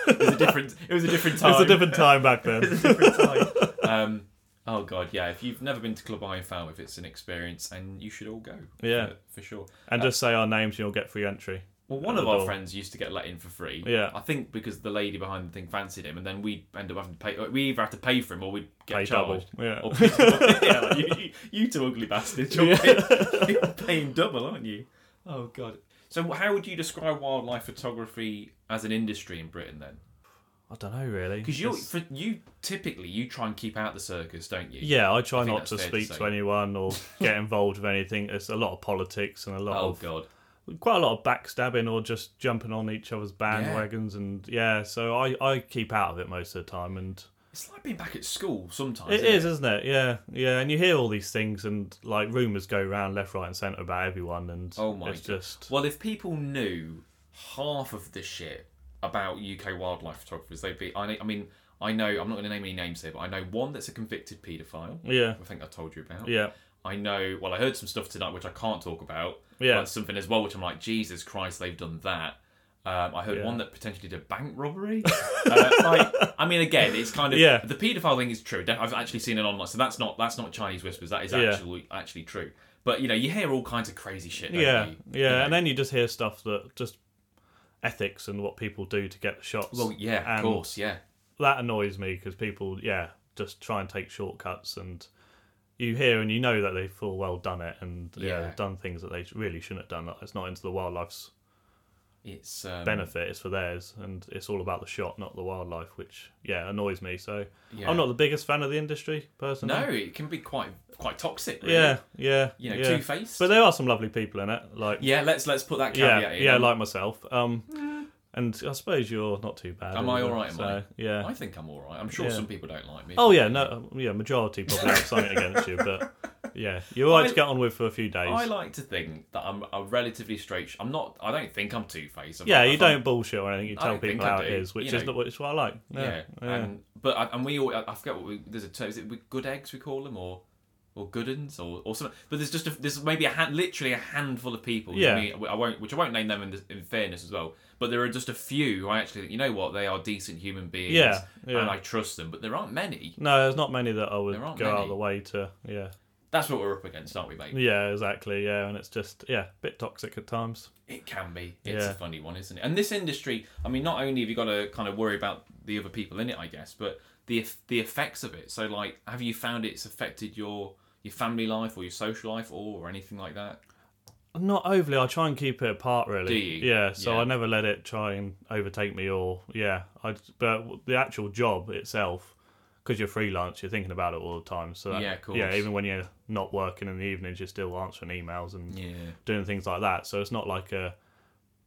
B: it
A: it was a different. It was a different time.
B: was a different time back then.
A: different time. Um, oh god, yeah. If you've never been to Club Eye and Falmouth, it's an experience, and you should all go.
B: Yeah.
A: for, for sure.
B: And just say our names, and you'll get free entry.
A: Well, one
B: at
A: of
B: the
A: our
B: door.
A: friends used to get let in for free.
B: Yeah.
A: I think because the lady behind the thing fancied him, and then we end up having to pay. uh, We either have to pay for him or we get
B: Pay double.
A: charged. Oh.
B: Yeah.
A: Or pay double. yeah, like, you, you, you two ugly bastards, you're, paying, you're paying double, aren't you? Oh god. So, how would you describe wildlife photography as an industry in Britain then?
B: I don't know really.
A: Because you,
B: It's-
A: for you typically you try and keep out the circus, don't you?
B: Yeah, I try
A: think
B: not
A: that's
B: to
A: fair to
B: speak
A: say.
B: to, anyone or get involved with anything. There's a lot of politics and a lot
A: Oh
B: of
A: god.
B: quite a lot of backstabbing or just jumping on each other's bandwagons and yeah. So I I keep out of it most of the time and.
A: It's like being back at school sometimes.
B: It
A: isn't
B: is, isn't it? Yeah, yeah. And you hear all these things, and like rumors go round left, right, and centre about everyone, and
A: Oh my
B: it's
A: God.
B: just
A: Well, if people knew half of the shit about UK wildlife photographers, they'd be. I, know- I mean, I know I'm not going to name any names here, but I know one that's a convicted paedophile.
B: yeah,
A: I think I told you about.
B: yeah,
A: I know. Well, I heard some stuff tonight which I can't talk about.
B: Yeah.
A: but something as well which I'm like, Jesus Christ, they've done that. Um, I heard
B: Yeah.
A: one that potentially did a bank robbery. uh, like, I mean, again, it's kind of
B: Yeah.
A: the paedophile thing is true. I've actually seen it online, so that's not that's not Chinese whispers. That is
B: Yeah.
A: actually actually true. But you know, you hear all kinds of crazy shit. don't
B: yeah,
A: you?
B: yeah,
A: You know?
B: and then you just hear stuff that just ethics and what people do to get the shots.
A: well, yeah, of
B: and
A: course, yeah.
B: That annoys me because people, yeah, just try and take shortcuts, and you hear and you know that they've full well done it, and yeah,
A: Yeah.
B: they've done things that they really shouldn't have done. Like, It's not into the wildlife's
A: It's um,
B: benefit; it's for theirs, and it's all about the shot, not the wildlife, which yeah annoys me. So
A: Yeah.
B: I'm not the biggest fan of the industry personally.
A: No, it can be quite quite toxic. Really.
B: Yeah, yeah,
A: you know,
B: yeah.
A: two faced.
B: But there are some lovely people in it, like
A: yeah, let's let's put that caveat
B: yeah,
A: in.
B: yeah, like myself. Um, and I suppose you're not too bad.
A: Am I
B: either,
A: all right, am
B: So,
A: I?
B: yeah.
A: I think I'm all right. I'm sure
B: Yeah.
A: some people don't like me.
B: oh yeah, no, um, yeah. Majority probably have something against you, but yeah, you're all right
A: I-
B: to get on with for a few days.
A: I like to think that I'm a relatively straight. I'm not. I don't think I'm two faced.
B: yeah, you don't bullshit or anything. You
A: I
B: tell
A: don't think
B: people
A: I
B: how
A: do,
B: it is, which
A: you
B: is
A: know.
B: not which is what I like.
A: Yeah,
B: Yeah,
A: And, but I, and we all. I I forget what we. There's a term. Is it good eggs? We call them or. Or goodens, or or something. But there's just a, there's maybe a hand, literally a handful of people.
B: Yeah.
A: I, I won't, which I won't name them in, this, in fairness as well. But there are just a few who I actually, think, you know what, they are decent human beings.
B: Yeah, yeah.
A: And I trust them, but there aren't many.
B: No, there's not many that I would
A: There
B: go
A: aren't
B: out
A: many.
B: of the way to. Yeah,
A: That's what we're up against, aren't we, mate?
B: yeah, exactly. Yeah, and it's just yeah, a bit toxic at times.
A: It can be. It's
B: Yeah.
A: a funny one, isn't it? And this industry, I mean, not only have you got to kind of worry about the other people in it, I guess, but the eff- the effects of it. So, like, have you found it's affected your your family life or your social life or, or anything like that?
B: Not overly. I try and keep it apart, really.
A: Do you?
B: Yeah. So
A: Yeah.
B: I never let it try and overtake me, or yeah. I but the actual job itself, because you're freelance, you're thinking about it all the time. So that-
A: Yeah, of course.
B: Yeah, even when you're not working in the evenings, you're still answering emails and
A: Yeah.
B: doing things like that. So it's not like a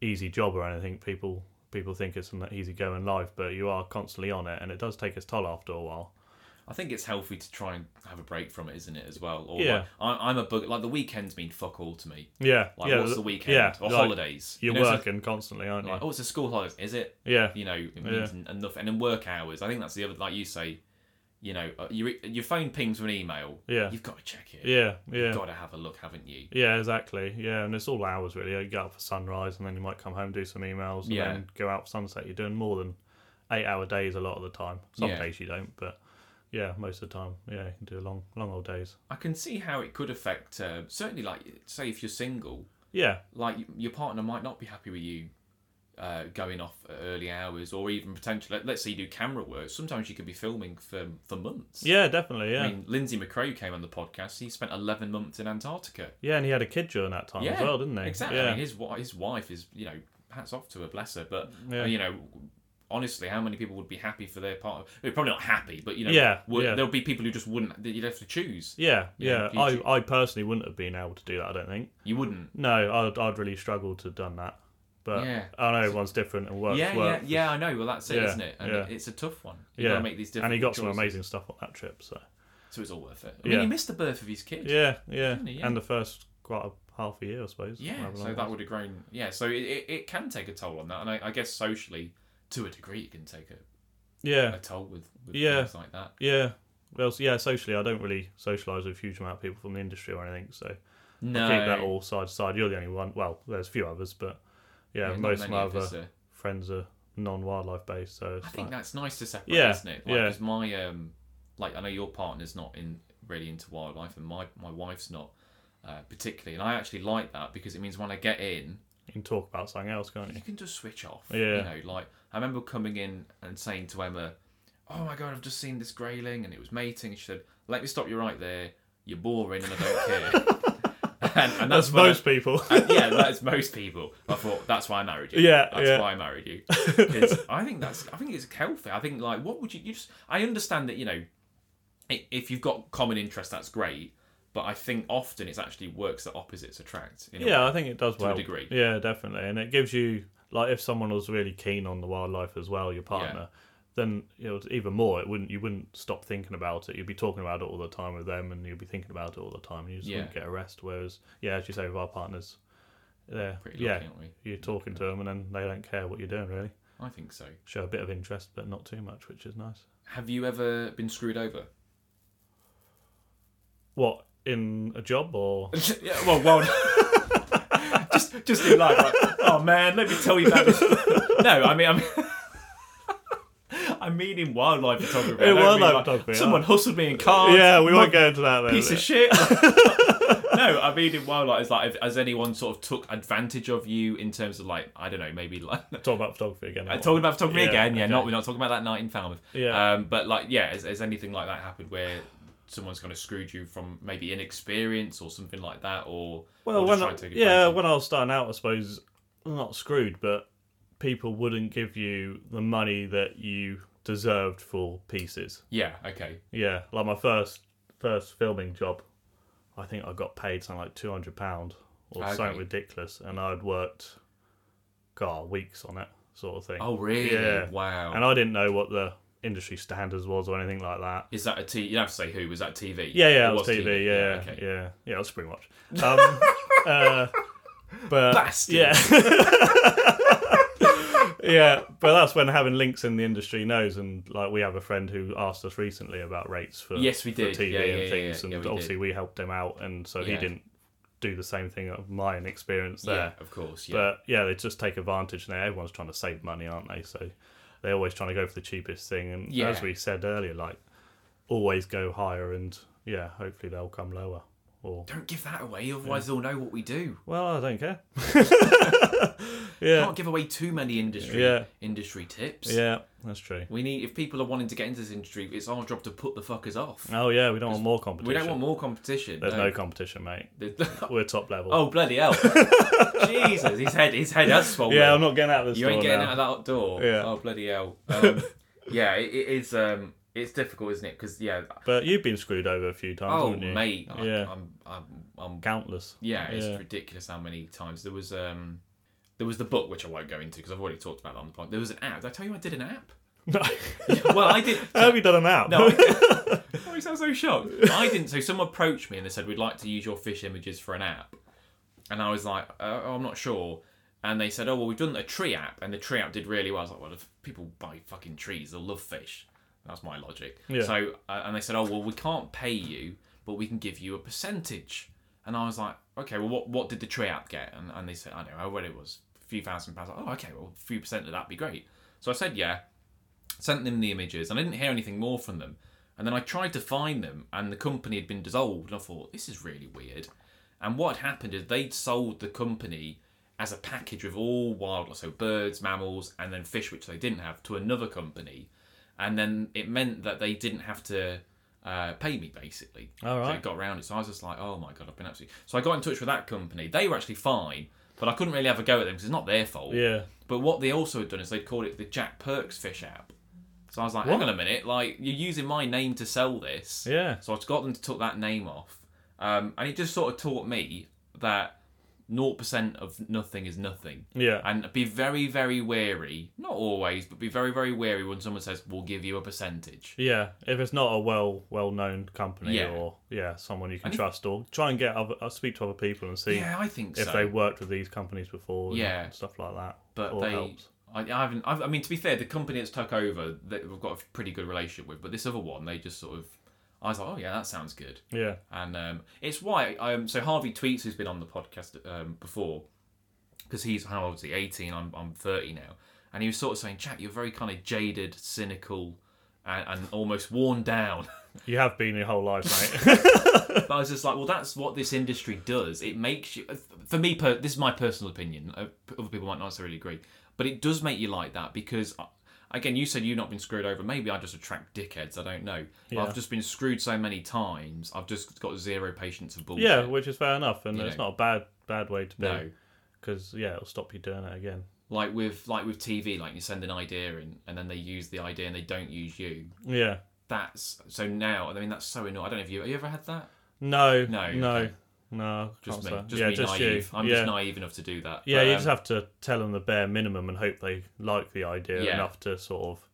B: easy job or anything. People people think it's an easy going life, but you are constantly on it, and it does take its toll after a while.
A: I think it's healthy to try and have a break from it, isn't it, as well? Or
B: Yeah.
A: Like, I, I'm a bug. Like, the weekends mean fuck all to me.
B: Yeah.
A: Like,
B: yeah,
A: what's the weekend?
B: Yeah.
A: or
B: like,
A: holidays.
B: You're
A: You know, so-
B: working constantly, aren't you?
A: like, oh, it's a school holiday. Is it?
B: yeah.
A: you know it means en- enough and in work hours i think that's the other like you say you know uh, your your phone pings with an email
B: Yeah.
A: you've got to check it
B: Yeah. Yeah.
A: you've got to have a look haven't you
B: Yeah, exactly. Yeah, and it's all hours really. You get up for sunrise, and then you might come home do some emails, and
A: Yeah.
B: then go out for sunset. You're doing more than eight-hour days a lot of the time. Some
A: Yeah.
B: days you don't, but yeah, most of the time, yeah, you can do long, long old days.
A: i can see how it could affect uh, certainly like say if you're single
B: Yeah,
A: like y- your partner might not be happy with you uh, going off at early hours or even potentially let, let's say you do camera work sometimes you could be filming for for months
B: yeah, definitely. Yeah,
A: I mean, Lindsay McCrae came on the podcast. He spent 11 months in Antarctica.
B: yeah, and he had a kid during that time as well, didn't he?
A: Exactly.
B: Yeah.
A: I mean, His wi- his wife is you know hats off to her, bless her. But uh,
B: Yeah.
A: you know, honestly, how many people would be happy for their part? They're probably not happy, but you know,
B: Yeah,
A: would-
B: yeah.
A: there'll be people who just wouldn't. that You'd have to choose.
B: yeah,
A: Yeah,
B: yeah.
A: you ju-
B: I, I personally wouldn't have been able to do that. I don't think.
A: You wouldn't.
B: No, I'd, I'd really struggled to have done that. But
A: Yeah.
B: I know everyone's different and works.
A: yeah,
B: work.
A: yeah, yeah. I know. Well, that's it,
B: Yeah,
A: not it? And
B: yeah.
A: it's a tough one. You gotta make these different.
B: and he got some
A: choices.
B: amazing stuff on that trip. So.
A: So it's all worth it. I mean,
B: Yeah.
A: he missed the birth of his kid.
B: Yeah, yeah.
A: Didn't he? Yeah.
B: And the first quite a half a year, I suppose.
A: Yeah,
B: however long
A: so
B: it
A: that
B: was.
A: would have grown. Yeah, so it, it, it can take a toll on that, and I, I guess socially, to a degree, it can take a,
B: Yeah,
A: a toll with, with
B: Yeah.
A: things like that.
B: yeah. Well, so- yeah. Socially, I don't really socialise with a huge amount of people from the industry or anything. So
A: No,
B: I keep that all side to side. You're the only one. Well, there's a few others, but yeah,
A: not
B: most of
A: many
B: my
A: of
B: other
A: us are-
B: friends are non-wildlife based. So it's
A: I think
B: like,
A: that's nice to separate,
B: Yeah,
A: isn't it? Like,
B: yeah.
A: 'cause my um, like I know your partner's not in really into wildlife, and my my wife's not uh, particularly, and I actually like that because it means when I get in,
B: you can talk about something else, can't
A: you
B: you?
A: can just switch off.
B: Yeah.
A: You know, like I remember coming in and saying to Emma, "Oh my god, I've just seen this grayling, and it was mating." And she said, "Let me stop you right there. You're boring, and I don't care." and, and that's,
B: That's
A: when I-
B: most people.
A: and yeah, that's most people. I thought that's why I married you.
B: Yeah,
A: that's
B: yeah.
A: why I married you. 'Cause I think that's. I think it's healthy. I think like, what would you? You just. I understand that you know, i- if you've got common interest, that's great. But I think often it's actually works that opposites attract. In a way.
B: yeah, I think it does
A: a
B: well.
A: degree.
B: Yeah, definitely, and it gives you like if someone was really keen on the wildlife as well, your partner, then you know, even more. It wouldn't you wouldn't stop thinking about it. You'd be talking about it all the time with them, and you'd be thinking about it all the time, and you just
A: Yeah.
B: wouldn't get a rest. Whereas, yeah, as you say, with our partners, they're
A: Pretty
B: yeah,
A: lucky, aren't we?
B: you're talking to them, and then they don't care what you're doing really.
A: I think so.
B: Show a bit of interest, but not too much, which is nice.
A: Have you ever been screwed over?
B: What in a job or
A: yeah, well, well, just just in life. Like, oh man, let me tell you about this. No, I mean, I mean, I mean in wildlife photography. I
B: In
A: don't mean,
B: wildlife
A: like,
B: photography,
A: someone
B: ah.
A: hustled me in cars.
B: yeah, we won't
A: mug-
B: go into that. Then,
A: piece of shit. no, I mean in wildlife is like if, has anyone sort of took advantage of you in terms of like I don't know maybe like.
B: Talk about photography again.
A: I'm Uh, talking about photography
B: Yeah,
A: again, yeah.
B: okay.
A: Not we're not talking about that night in Falmouth.
B: Yeah.
A: Um, but like, yeah, has, has anything like that happened where someone's kind of screwed you from maybe inexperience or something like that, or
B: Well,
A: or
B: when
A: just
B: I,
A: trying to take
B: yeah,
A: advantage?
B: when I was starting out, I suppose not screwed, but people wouldn't give you the money that you deserved for pieces.
A: yeah, okay,
B: Yeah, like my first first filming job, I think I got paid something like two hundred pound or
A: Okay.
B: something ridiculous, and I'd worked, God, weeks on it, sort of thing.
A: oh really?
B: Yeah.
A: Wow.
B: And I didn't know what the industry standards was or anything like that.
A: is that a T? You don't have to say who was that TV?
B: Yeah, yeah,
A: It
B: it was TV. yeah, yeah,
A: okay.
B: yeah, yeah. It was Springwatch. Um, uh, but
A: Bastard.
B: yeah, yeah. But that's when having links in the industry knows, and like we have a friend who asked us recently about rates for
A: Yes, we
B: for
A: did.
B: TV
A: Yeah, yeah,
B: and
A: yeah,
B: things,
A: yeah.
B: and
A: Yeah, we
B: obviously we helped him out, and so he
A: Yeah.
B: didn't do the same thing of mine experience
A: Yeah,
B: there.
A: of course. Yeah.
B: But yeah, they just take advantage now. Everyone's trying to save money, aren't they? So they're always trying to go for the cheapest thing. And
A: Yeah.
B: as we said earlier, like always go higher, and yeah, hopefully they'll come lower. Or
A: don't give that away, otherwise they'll know what we do.
B: well, I don't care. yeah,
A: Can't give away too many industry
B: Yeah.
A: industry tips.
B: yeah, that's true.
A: We need if people are wanting to get into this industry, it's our job to put the fuckers off.
B: Oh yeah, we don't want more competition.
A: We don't want more competition.
B: There's no competition, mate.
A: There's-
B: We're top level.
A: oh bloody hell! Jesus, his head, his head has swollen.
B: yeah, I'm not getting out of this.
A: you ain't
B: door
A: getting
B: now.
A: out of that door.
B: Yeah.
A: Oh bloody hell! Um, yeah, it, it is. Um, it's difficult, isn't it? Because yeah.
B: But you've been screwed over a few times,
A: Oh
B: haven't you?
A: mate, I,
B: Yeah.
A: I'm, I'm, I'm,
B: Countless.
A: yeah, it's
B: Yeah.
A: ridiculous how many times there was. Um, there was the book which I won't go into because I've already talked about that on the pod. There was an app. Did I tell you I did an app? Well, I did.
B: How have you done an app?
A: No, I, oh, you sound so shocked. I didn't. So someone approached me and they said, "We'd like to use your fish images for an app," and I was like, uh, oh, "I'm not sure." And they said, "Oh well, we've done a tree app, and the tree app did really well." I was like, "Well, if people buy fucking trees, they'll love fish." That's my logic.
B: Yeah.
A: So uh, and they said, "Oh well, we can't pay you, but we can give you a percentage." And I was like, "Okay, well, what what did the tree app get?" And, and they said, "I don't know what it was, a few thousand pounds." I was like, oh, okay, well, a few percent of that'd be great. So I said, "Yeah." sent them the images and I didn't hear anything more from them. And then I tried to find them and the company had been dissolved and I thought, this is really weird. And what had happened is they'd sold the company as a package with all wildlife, so birds, mammals, and then fish, which they didn't have, to another company. And then it meant that they didn't have to uh, pay me basically.
B: All
A: So
B: right.
A: it got around it. So I was just like, oh my God, I've been absolutely. So I got in touch with that company. They were actually fine, but I couldn't really have a go at them because it's not their fault.
B: Yeah.
A: But what they also had done is they'd called it the Jack Perks Fish app. So I was like, hang on a minute, like you're using my name to sell this.
B: Yeah.
A: So I just got them to took that name off, um, and it just sort of taught me that zero percent of nothing is nothing,
B: Yeah.
A: and be very very wary. Not always, but be very very wary when someone says we'll give you a percentage.
B: Yeah, if it's not a well well known company
A: Yeah.
B: or yeah someone you can
A: And if-
B: trust, or try and get other uh, speak to other people and see
A: Yeah, I think
B: if
A: so.
B: they worked with these companies before. and
A: Yeah.
B: stuff like that.
A: but
B: all
A: they,
B: helps.
A: I, I haven't. I've, I mean, to be fair, the company that's took over that we've got a pretty good relationship with, but this other one, they just sort of. I was like, oh yeah, that sounds good.
B: Yeah,
A: and um, it's why um, so Harvey Tweets who's been on the podcast um, before because he's how old is he 18 I'm, I'm 30 now and he was sort of saying Jack you're very kind of jaded cynical and, and almost worn down
B: you have been your whole life, mate.
A: but I was just like well that's what this industry does it makes you for me per, this is my personal opinion Uh, other people might not necessarily agree but it does make you like that because uh, again you said you've not been screwed over maybe I just attract dickheads I don't know But
B: Yeah.
A: I've just been screwed so many times I've just got zero patience of bullshit
B: yeah, which is fair enough, and
A: You
B: it's
A: know.
B: not a bad bad way to
A: no
B: be because yeah, it'll stop you doing it again.
A: like with like with TV, like you send an idea in, and then they use the idea and they don't use you.
B: Yeah,
A: That's so now. I mean, that's so annoying. I don't know if you have you ever had that.
B: no,
A: No,
B: no, no,
A: okay.
B: no.
A: Just
B: can't
A: me,
B: say.
A: just
B: yeah,
A: me
B: just
A: naive.
B: you.
A: I'm
B: yeah.
A: just naive enough to do that.
B: Yeah,
A: But,
B: you
A: um,
B: just have to tell them the bare minimum and hope they like the idea
A: Yeah.
B: enough to sort of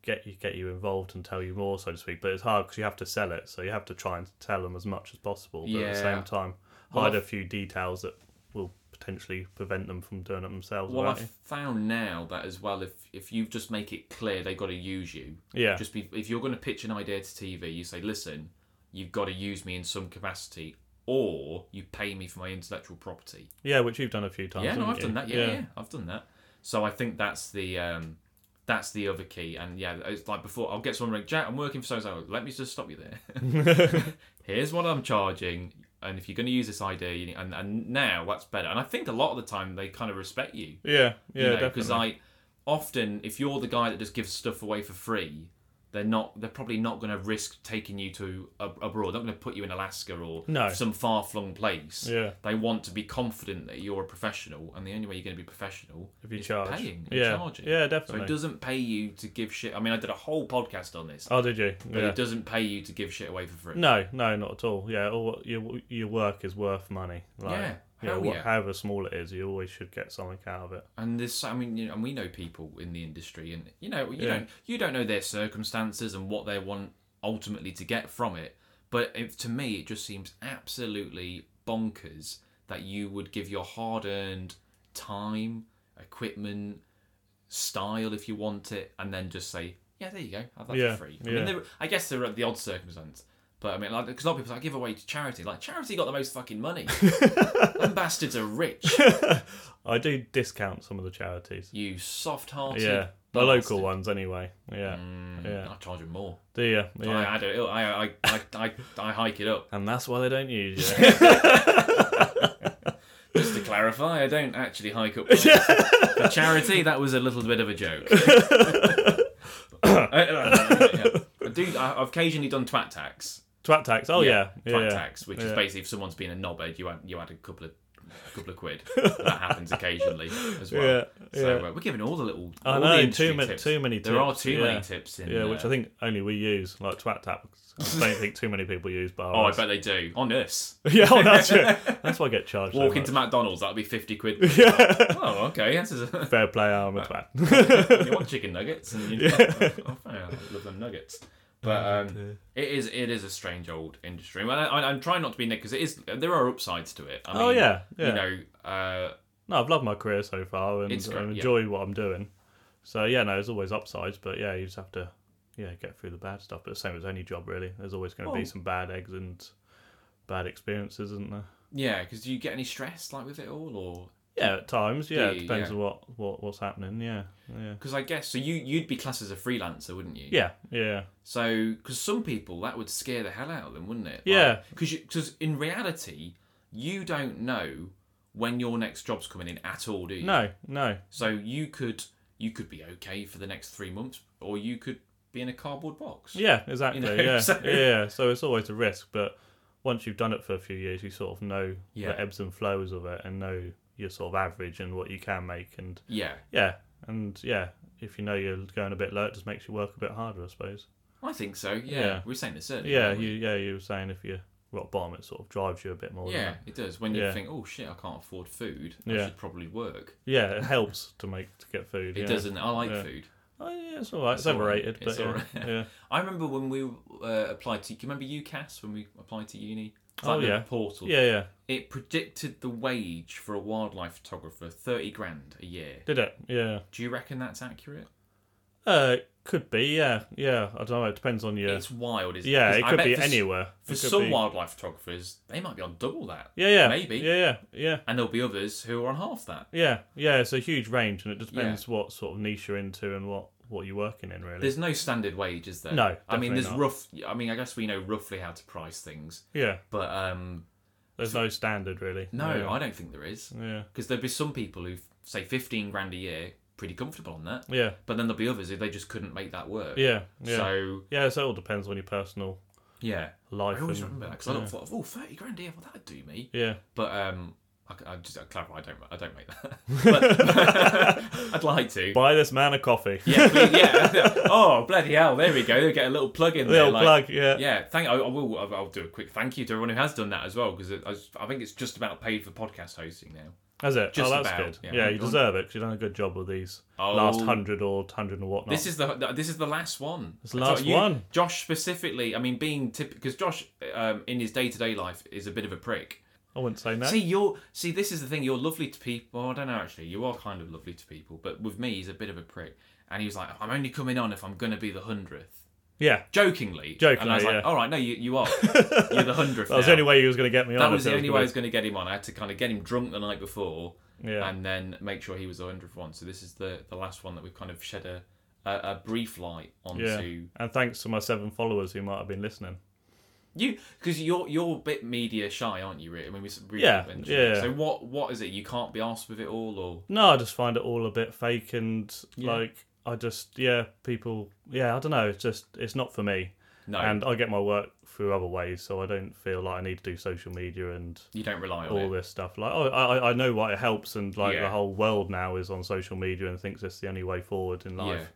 B: get you get you involved and tell you more, so to speak. But it's hard because you have to sell it, so you have to try and tell them as much as possible, but at the
A: Yeah.
B: same time
A: Well,
B: hide
A: I-
B: a few details that will potentially prevent them from doing it themselves.
A: Well,
B: won't
A: I've found now that as well. If if you just make it clear they got to use you,
B: you? yeah,
A: just be if you're going to pitch an idea to TV, you say, listen, you've got to use me in some capacity, or you pay me for my intellectual property.
B: Yeah, which you've done a few times.
A: yeah, no,
B: haven't
A: I've
B: you?
A: done that. Yeah, yeah, I've done that. So I think that's the um, that's the other key. And yeah, it's like before. I'll get someone like Jack. I'm working for so so. Let me just stop you there. Here's what I'm charging. And if you're going to use this idea, you need, and, and now that's better. And I think a lot of the time they kind of respect you.
B: Yeah, yeah,
A: Because
B: definitely.
A: like often, if you're the guy that just gives stuff away for free, they're not. They're probably not going to risk taking you to ab- abroad. They're not going to put you in Alaska or
B: No.
A: some far flung place.
B: Yeah.
A: They want to be confident that you're a professional, and the only way you're going to be professional
B: If you
A: is
B: charge.
A: paying, and
B: yeah.
A: charging.
B: Yeah,
A: So it
B: definitely.
A: doesn't pay you to give shit. I mean, I did a whole podcast on this,
B: oh, did you?
A: but
B: Yeah.
A: it doesn't pay you to give shit away for free.
B: No, no, not at all. Yeah, all your your work is worth money. Like,
A: Yeah,
B: you know,
A: hell
B: wha-
A: yeah.
B: however small it is, you always should get something out of it.
A: And this, I mean, you know, and we know people in the industry, and you know, you
B: Yeah.
A: don't you don't know their circumstances and what they want ultimately to get from it. But if, to me, it just seems absolutely bonkers that you would give your hard-earned time, equipment, style, if you want it, and then just say, "Yeah, there you go, have that
B: Yeah,
A: for free." I
B: yeah.
A: mean, there, I guess there are the odd circumstance. But I mean, like, because a lot of people say, I give away to charity. Like, charity got the most fucking money. Them bastards are rich.
B: I do discount some of the charities.
A: You soft-hearted.
B: Yeah, the
A: bastard.
B: local ones anyway. Yeah, yeah.
A: I charge them more.
B: Do you? Yeah.
A: I, I don't. know. I, I, I, I, I hike it up.
B: and that's why they don't use you.
A: Just to clarify, I don't actually hike up for charity. That was a little bit of a joke. Uh, I, I do. I- I've occasionally done twat tax.
B: Twat tax. Oh yeah, yeah.
A: twat
B: yeah.
A: tax, which is
B: Yeah.
A: basically if someone's been a knobhead, you add you add a couple of couple of quid. that happens occasionally as well.
B: Yeah,
A: So
B: yeah.
A: uh, we're giving all the little.
B: I
A: all
B: know,
A: the
B: too
A: industry
B: ma-
A: tips.
B: too many
A: There are
B: tips,
A: too
B: yeah.
A: many tips in.
B: Yeah, which
A: uh,
B: I think only we use, like twat tax. I don't think too many people use, but
A: Oh, I bet they do on this.
B: yeah, oh, that's it. That's why I get charged.
A: Walk
B: so
A: into
B: much.
A: McDonald's, that'll be fifty quid. Oh, okay. This is a,
B: fair play. I'm a twat.
A: you want chicken nuggets and you oh, fine, I love them nuggets. But
B: Oh,
A: um, it is it is a strange old industry. Well, I, I, I'm trying not to be negative because it is there are upsides to it. I mean,
B: Oh, yeah, yeah.
A: You know, uh,
B: No, I've loved my career so far, and
A: It's
B: I
A: great, yeah.
B: enjoy what I'm doing. So yeah, no, there's always upsides, but yeah, you just have to yeah get through the bad stuff. But the same as any job, really. There's always going to
A: Well-
B: be some bad eggs and bad experiences, isn't there?
A: yeah. Because do you get any stress like with it all, or
B: Yeah, at times. Yeah, it
A: Yeah,
B: depends
A: yeah.
B: on what, what what's happening. Yeah, yeah,
A: because I guess so you you'd be classed as a freelancer, wouldn't you?
B: yeah, yeah.
A: So, because some people that would scare the hell out of them, wouldn't it?
B: Yeah.
A: Because because in reality, you don't know when your next job's coming in at all, do you?
B: No, no.
A: So you could you could be okay for the next three months, or you could be in a cardboard box.
B: Yeah, exactly.
A: know,
B: yeah,
A: so-
B: yeah. So it's always a risk, but once you've done it for a few years, you sort of know
A: Yeah.
B: the ebbs and flows of it, and know your sort of average and what you can make, and
A: Yeah.
B: yeah, and yeah. If you know you're going a bit low, it just makes you work a bit harder, I suppose.
A: I think so. Yeah,
B: Yeah.
A: we're saying this earlier.
B: Yeah,
A: weren't we?
B: you yeah you were saying if you rock bottom, it sort of drives you a bit more. doesn't
A: Yeah,
B: it?
A: it does. When you
B: Yeah.
A: think, oh shit, I can't afford food, I
B: Yeah.
A: should probably work.
B: yeah, it helps to make to get food.
A: It
B: yeah.
A: doesn't. I like
B: Yeah.
A: food.
B: Oh, yeah, it's all right. It's,
A: all right.
B: overrated,
A: It's
B: but
A: all
B: yeah,
A: right.
B: yeah.
A: I remember when we uh, applied to. Can you remember UCAS when we applied to uni? It's
B: Oh,
A: like the
B: yeah.
A: portal.
B: yeah, yeah.
A: It predicted the wage for a wildlife photographer thirty grand a year.
B: Did it? Yeah.
A: Do you reckon that's accurate?
B: Uh, could be. Yeah, yeah. I don't know. It depends on your.
A: It's wild, isn't
B: yeah,
A: it? 'Cause
B: it
A: I
B: could
A: bet
B: be
A: for s-
B: anywhere.
A: For
B: It could
A: some
B: be-
A: wildlife photographers, they might be on double that.
B: Yeah, yeah.
A: Maybe.
B: Yeah, yeah, yeah.
A: And there'll be others who are on half that.
B: Yeah, yeah. It's a huge range, and it just depends what sort of niche you're into and what what you're working in, really.
A: There's no standard wage, is there?
B: No,
A: I mean,
B: definitely
A: there's
B: not.
A: rough. I mean, I guess we know roughly how to price things,
B: yeah,
A: but um,
B: there's no standard really.
A: no,
B: yeah.
A: I don't think there is.
B: yeah,
A: Because there'd be some people who say 15 grand a year, pretty comfortable on that.
B: yeah,
A: But then there'll be others who they just couldn't make that work.
B: yeah, yeah.
A: So,
B: yeah, so it all depends on your personal
A: yeah.
B: life.
A: I always
B: and,
A: remember that because I looked thought, oh, 30 grand a year, well, that'd do me.
B: yeah,
A: But um, I, I just I clarify, I don't, I don't make that. but, I'd like to.
B: buy this man a coffee.
A: Yeah, please, yeah. Oh, bloody hell! There we go. They'll get a little plug in there.
B: little
A: like-
B: plug. Yeah,
A: Yeah, thank. I, I will. I'll, I'll do a quick thank you to everyone who has done that as well because I, I think it's just about paid for podcast hosting now.
B: that's it.
A: Just
B: oh, that's
A: about,
B: good.
A: yeah.
B: Yeah, you deserve it because you've done a good job with these
A: Oh.
B: last hundred or hundred and whatnot.
A: This is the this is the last one. It's
B: Oh. the last one.
A: Josh specifically. I mean, being typical because Josh um, in his day to day life is a bit of a prick.
B: I wouldn't say no.
A: See, you're see. This is the thing. You're lovely to people. Well, I don't know actually. You are kind of lovely to people, but with me, he's a bit of a prick. And he was like, "I'm only coming on if I'm going to be the hundredth.
B: Yeah,
A: Jokingly.
B: Jokingly,
A: And I was like,
B: yeah.
A: all right, no, you, you are. You're the hundredth.
B: that was
A: now."
B: the only way he was going to get me on.
A: That
B: if
A: was
B: it
A: the only way I
B: gonna
A: was going to get him on. I had to kind of get him drunk the night before
B: be- Yeah,
A: and then make sure he was the 100th one. So this is the, the last one that we've kind of shed a, a, a brief light onto.
B: yeah. And thanks to my seven followers who might have been listening.
A: You because you're you're a bit media shy, aren't you? Really, I mean, we s- briefly
B: Yeah,
A: mentioned
B: yeah.
A: it. So what what is it? You can't be asked with it all, or
B: No, I just find it all a bit fake and
A: Yeah.
B: like I just yeah, people yeah, I don't know, it's just it's not for me.
A: no,
B: And I get my work through other ways, so I don't feel like I need to do social media and
A: you don't rely on
B: all
A: it.
B: this stuff. Like oh, I I- I know why it helps, and like
A: Yeah.
B: the whole world now is on social media and thinks it's the only way forward in life.
A: Yeah.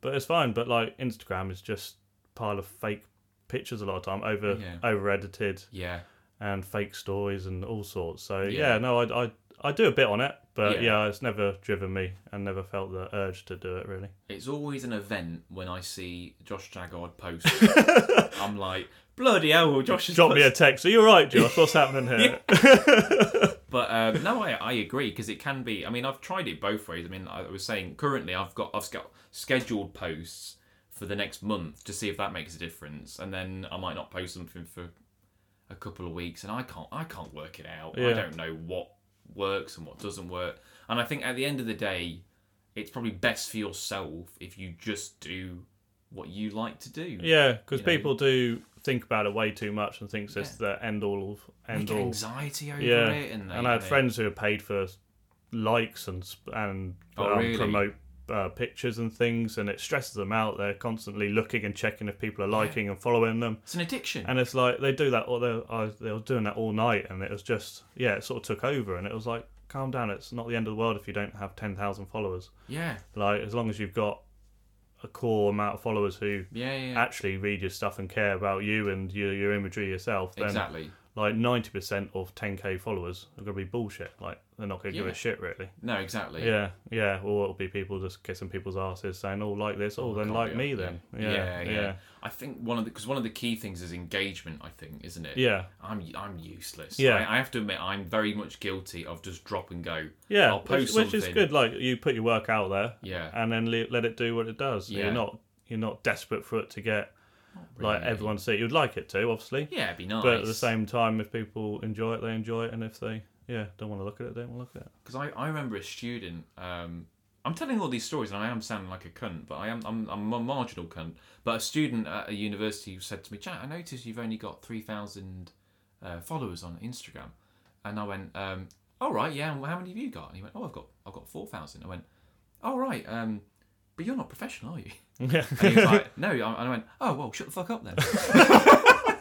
B: But it's fine. But like Instagram is just a pile of fake pictures a lot of time over
A: Yeah.
B: over edited
A: Yeah,
B: and fake stories and all sorts. So
A: Yeah.
B: yeah, no, I, I I do a bit on it, but
A: Yeah.
B: yeah. it's never driven me and never felt the urge to do it really.
A: it's always an event when I see Josh Jaggard post. I'm like, bloody hell, Josh has
B: Drop me a
A: posted-
B: text. Are you alright, Josh? What's happening here?
A: But um, no, I, I agree because it can be. I mean, I've tried it both ways. I mean, I was saying currently I've got I've got scheduled posts for the next month to see if that makes a difference, and then I might not post something for a couple of weeks, and I can't I can't work it out. I
B: Yeah.
A: don't know what works and what doesn't work, and I think at the end of the day, it's probably best for yourself if you just do what you like to do.
B: Yeah, because
A: You know.
B: people do think about it way too much and thinks it's the end all of
A: They
B: end
A: get
B: all.
A: anxiety over
B: Yeah,
A: it, and, they,
B: and I had
A: they-
B: friends who had paid for likes and sp- and
A: Oh,
B: um,
A: really?
B: promote uh, pictures and things, and it stresses them out. They're constantly looking and checking if people are liking and following them.
A: It's an addiction.
B: And it's like they do that all they, I, they were doing that all night, and it was just yeah, it sort of took over, and it was like calm down, it's not the end of the world if you don't have ten thousand followers.
A: yeah,
B: Like as long as you've got a core amount of followers who
A: yeah, yeah, yeah.
B: actually read your stuff and care about you and your your imagery yourself, then
A: exactly.
B: like ninety percent of ten k followers are gonna be bullshit. Like they're not gonna give
A: Yeah.
B: a shit really.
A: No, exactly.
B: Yeah, yeah. Or it'll be people just kissing people's asses saying, "Oh, like this. Oh, then
A: Can't
B: like
A: be
B: me
A: up-
B: then."
A: yeah. Yeah, yeah.
B: yeah.
A: I think one of the because one of the key things is engagement. I think, isn't it?
B: yeah.
A: I'm I'm useless.
B: Yeah.
A: I, I have to admit, I'm very much guilty of just drop and go.
B: Yeah,
A: I'll post
B: which, which is
A: something.
B: good. Like you put your work out there,
A: Yeah.
B: and then le- let it do what it does.
A: Yeah.
B: You're not you're not desperate for it to get like
A: really.
B: everyone see. You'd like it to, obviously,
A: Yeah, it'd be nice.
B: but at the same time, if people enjoy it, they enjoy it, and if they yeah don't want to look at it, they don't want to look at it.
A: because I, I remember a student. Um, I'm telling all these stories, and I am sounding like a cunt, but I am I'm, I'm a marginal cunt. But a student at a university said to me, "Chat, I noticed you've only got three thousand uh, followers on Instagram," and I went, um, "All right, yeah. And how many have you got?" And he went, "Oh, I've got I've got four thousand. I went, "All right, um, but you're not professional, are you?"
B: Yeah,
A: And he was like, "No," and I went, "Oh, well, shut the fuck up then."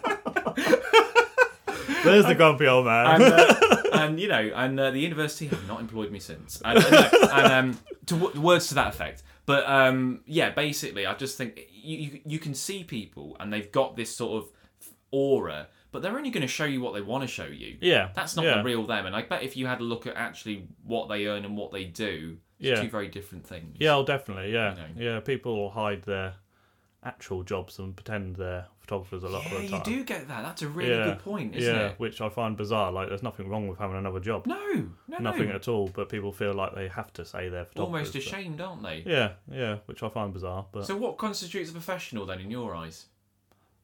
B: there's the grumpy old man.
A: and, uh, and you know, and uh, the university have not employed me since. And, and, no, and, um, to w- words to that effect. But um, yeah, basically, I just think you, you you can see people, and they've got this sort of aura, but they're only going to show you what they want to show you.
B: yeah,
A: That's not
B: yeah.
A: the real them. And I bet if you had a look at actually what they earn and what they do, it's
B: Yeah.
A: two very different things.
B: Yeah, oh, definitely. Yeah,
A: You
B: yeah. People hide their actual jobs and pretend they're photographers a lot
A: Yeah,
B: of the
A: you
B: time.
A: do get that. That's a really
B: Yeah,
A: good point, isn't
B: yeah,
A: it?
B: which I find bizarre. Like, there's nothing wrong with having another job.
A: No, no,
B: nothing
A: no.
B: at all, but people feel like they have to say they're photographers.
A: Almost ashamed, aren't they?
B: but- Yeah, yeah, which I find bizarre, but
A: So, what constitutes a professional then, in your eyes?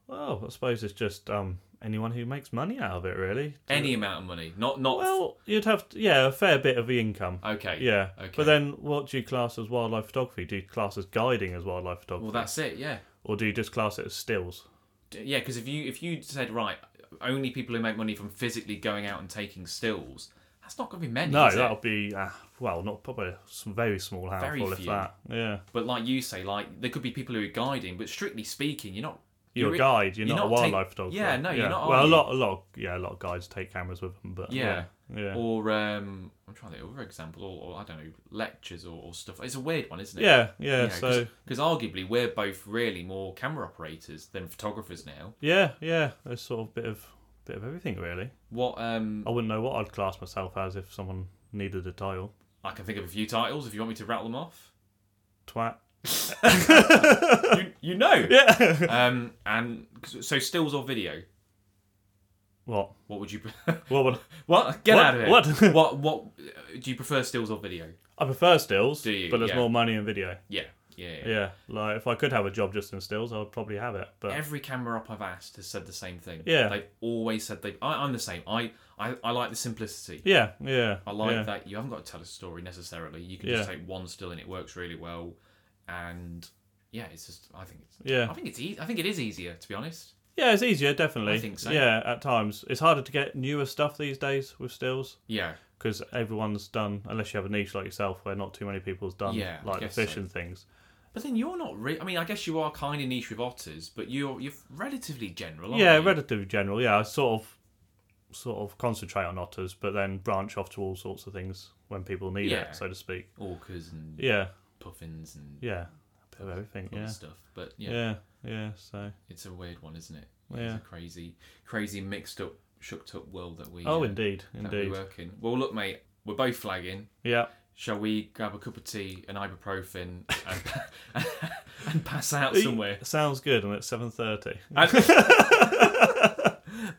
B: well, I suppose it's just um anyone who makes money out of it, really.
A: Any amount of money, not not.
B: Well, you'd have to, yeah a fair bit of the income.
A: okay.
B: Yeah,
A: Okay.
B: but then what do you class as wildlife photography? Do you class as guiding as wildlife photography,
A: Well, that's it. Yeah.
B: or do you just class it as stills?
A: D- Yeah, because if you if you said right, only people who make money from physically going out and taking stills, that's not going to be many.
B: No,
A: is it?
B: that'll be uh, well, not probably some very small handful, if
A: few.
B: that. Yeah,
A: But like you say, like there could be people who are guiding, but strictly speaking, you're not.
B: you're,
A: You're-
B: a guide. You're,
A: you're
B: not, a
A: not take-
B: wildlife photographer.
A: Yeah, no, you're not,
B: Well,
A: are
B: a
A: you?
B: lot, a lot, of- yeah, a lot of guides take cameras with them, but
A: Yeah.
B: yeah. yeah.
A: Or um, I'm trying to think of other example, or, or I don't know, lectures or, or stuff. It's a weird one, isn't it?
B: Yeah, yeah. so
A: because arguably we're both really more camera operators than photographers now.
B: yeah, yeah. There's sort of bit of bit of everything really.
A: What um,
B: I wouldn't know what I'd class myself as if someone needed a title.
A: I can think of a few titles. If you want me to rattle them off,
B: Twat.
A: you, you know.
B: Yeah.
A: Um, and so stills or video.
B: what?
A: What would you?
B: What would
A: what? Get
B: What?
A: out of here. what?
B: What?
A: What? uh, Do you prefer stills or video?
B: I prefer stills?
A: Do you?
B: But there's
A: Yeah.
B: more money in video.
A: Yeah. Yeah. yeah.
B: Yeah, like if I could have a job just in stills, I would probably have it. But
A: Every camera op I've asked has said the same thing.
B: Yeah.
A: They've always said they. I, I'm the same. I, I, I like the simplicity.
B: yeah, yeah,
A: I like
B: yeah.
A: that you haven't got to tell a story necessarily. You can just take one still and it works really well. And yeah, it's just I think it's
B: Yeah,
A: I think it's easy. I think it is easier to be honest.
B: yeah, it's easier, definitely.
A: I think so.
B: Yeah, at times it's harder to get newer stuff these days with stills
A: Yeah.
B: because everyone's done, unless you have a niche like yourself, where not too many people's done
A: Yeah, I
B: like the
A: guess so.
B: fish and things.
A: But then you're not really. I mean, I guess you are kind of niche with otters, but you're you're relatively general. Aren't
B: yeah,
A: you?
B: relatively general. Yeah, I sort of, sort of concentrate on otters, but then branch off to all sorts of things when people need
A: Yeah.
B: it, so to speak.
A: orcas and
B: Yeah,
A: puffins and
B: yeah, a bit of everything.
A: other
B: Yeah,
A: stuff. But yeah,
B: yeah, yeah. So,
A: it's a weird one, isn't it?
B: Yeah.
A: It's a crazy, crazy mixed up, shooked up world that we.
B: oh,
A: uh,
B: indeed,
A: that we
B: indeed.
A: work in. Well, look, mate, we're both flagging.
B: Yeah,
A: Shall we grab a cup of tea, an ibuprofen, and, and pass out somewhere?
B: sounds good. And it's seven thirty.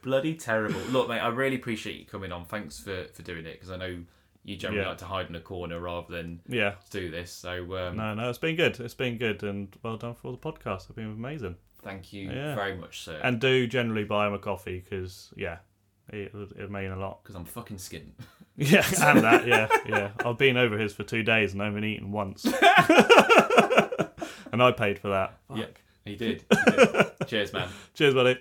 A: Bloody terrible. Look, mate, I really appreciate you coming on. Thanks for, for doing it because I know you generally
B: Yeah.
A: like to hide in a corner rather than
B: Yeah.
A: do this. So um,
B: No, no, it's been good. It's been good, and well done for all the podcasts. They've been amazing.
A: thank you
B: Yeah.
A: very much, sir.
B: And do generally buy him a coffee because yeah, it would it'd mean a lot.
A: Because I'm fucking skint.
B: Yeah, and that yeah, yeah. I've been over his for two days and only eaten once, and I paid for that.
A: Yeah, he did. He did. Cheers, man.
B: Cheers, buddy.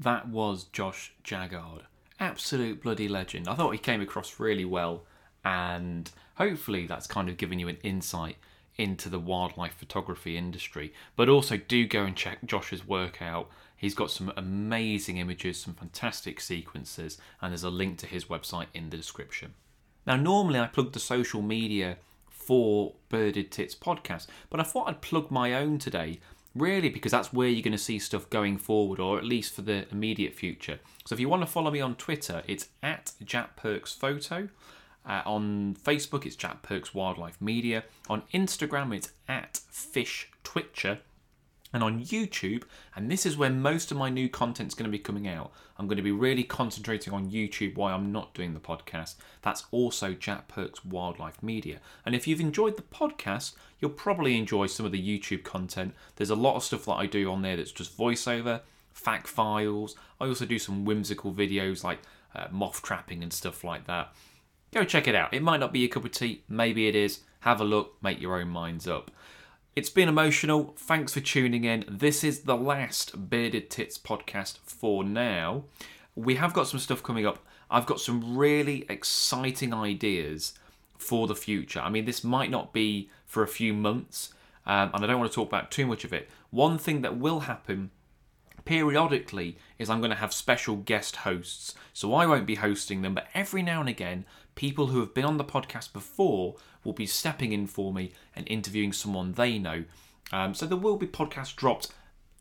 A: That was Josh Jagard. Absolute bloody legend. I thought he came across really well, and hopefully that's kind of given you an insight into the wildlife photography industry. But also, do go and check Josh's work out. He's got some amazing images, some fantastic sequences, and there's a link to his website in the description. Now, normally I plug the social media for Birded Tits podcast, but I thought I'd plug my own today, really, because that's where you're going to see stuff going forward, or at least for the immediate future. So if you want to follow me on Twitter, it's at Jack Perks Photo. Uh, on Facebook, it's Jack Perks Wildlife Media. On Instagram, it's at Fish Twitcher and on YouTube, and this is where most of my new content's going to be coming out. I'm going to be really concentrating on YouTube while I'm not doing the podcast. That's also Jack Perks Wildlife Media. And if you've enjoyed the podcast, you'll probably enjoy some of the YouTube content. There's a lot of stuff that I do on there that's just voiceover, fact files. I also do some whimsical videos like uh, moth trapping and stuff like that go check it out. It might not be your cup of tea, maybe it is. Have a look, make your own minds up. It's been emotional. Thanks for tuning in. This is the last Bearded Tits podcast for now. We have got some stuff coming up. I've got some really exciting ideas for the future. I mean, this might not be for a few months, um, and I don't want to talk about too much of it. One thing that will happen periodically is I'm going to have special guest hosts. So I won't be hosting them, but every now and again, people who have been on the podcast before will be stepping in for me and interviewing someone they know. Um, so there will be podcasts dropped.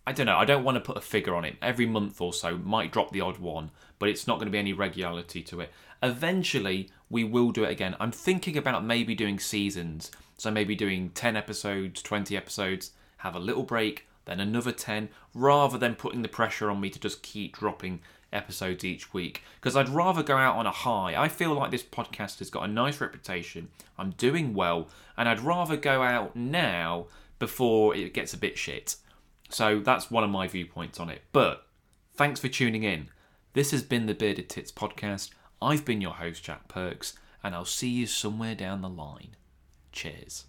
A: I don't know. I don't want to put a figure on it. Every month or so, might drop the odd one, but it's not going to be any regularity to it. Eventually, we will do it again. I'm thinking about maybe doing seasons. So maybe doing 10 episodes, 20 episodes, have a little break, then another 10, rather than putting the pressure on me to just keep dropping episodes each week. Because I'd rather go out on a high. I feel like this podcast has got a nice reputation, I'm doing well, and I'd rather go out now before it gets a bit shit. So that's one of my viewpoints on it. But thanks for tuning in. This has been the Bearded Tits podcast. I've been your host, Jack Perks, and I'll see you somewhere down the line. Cheers.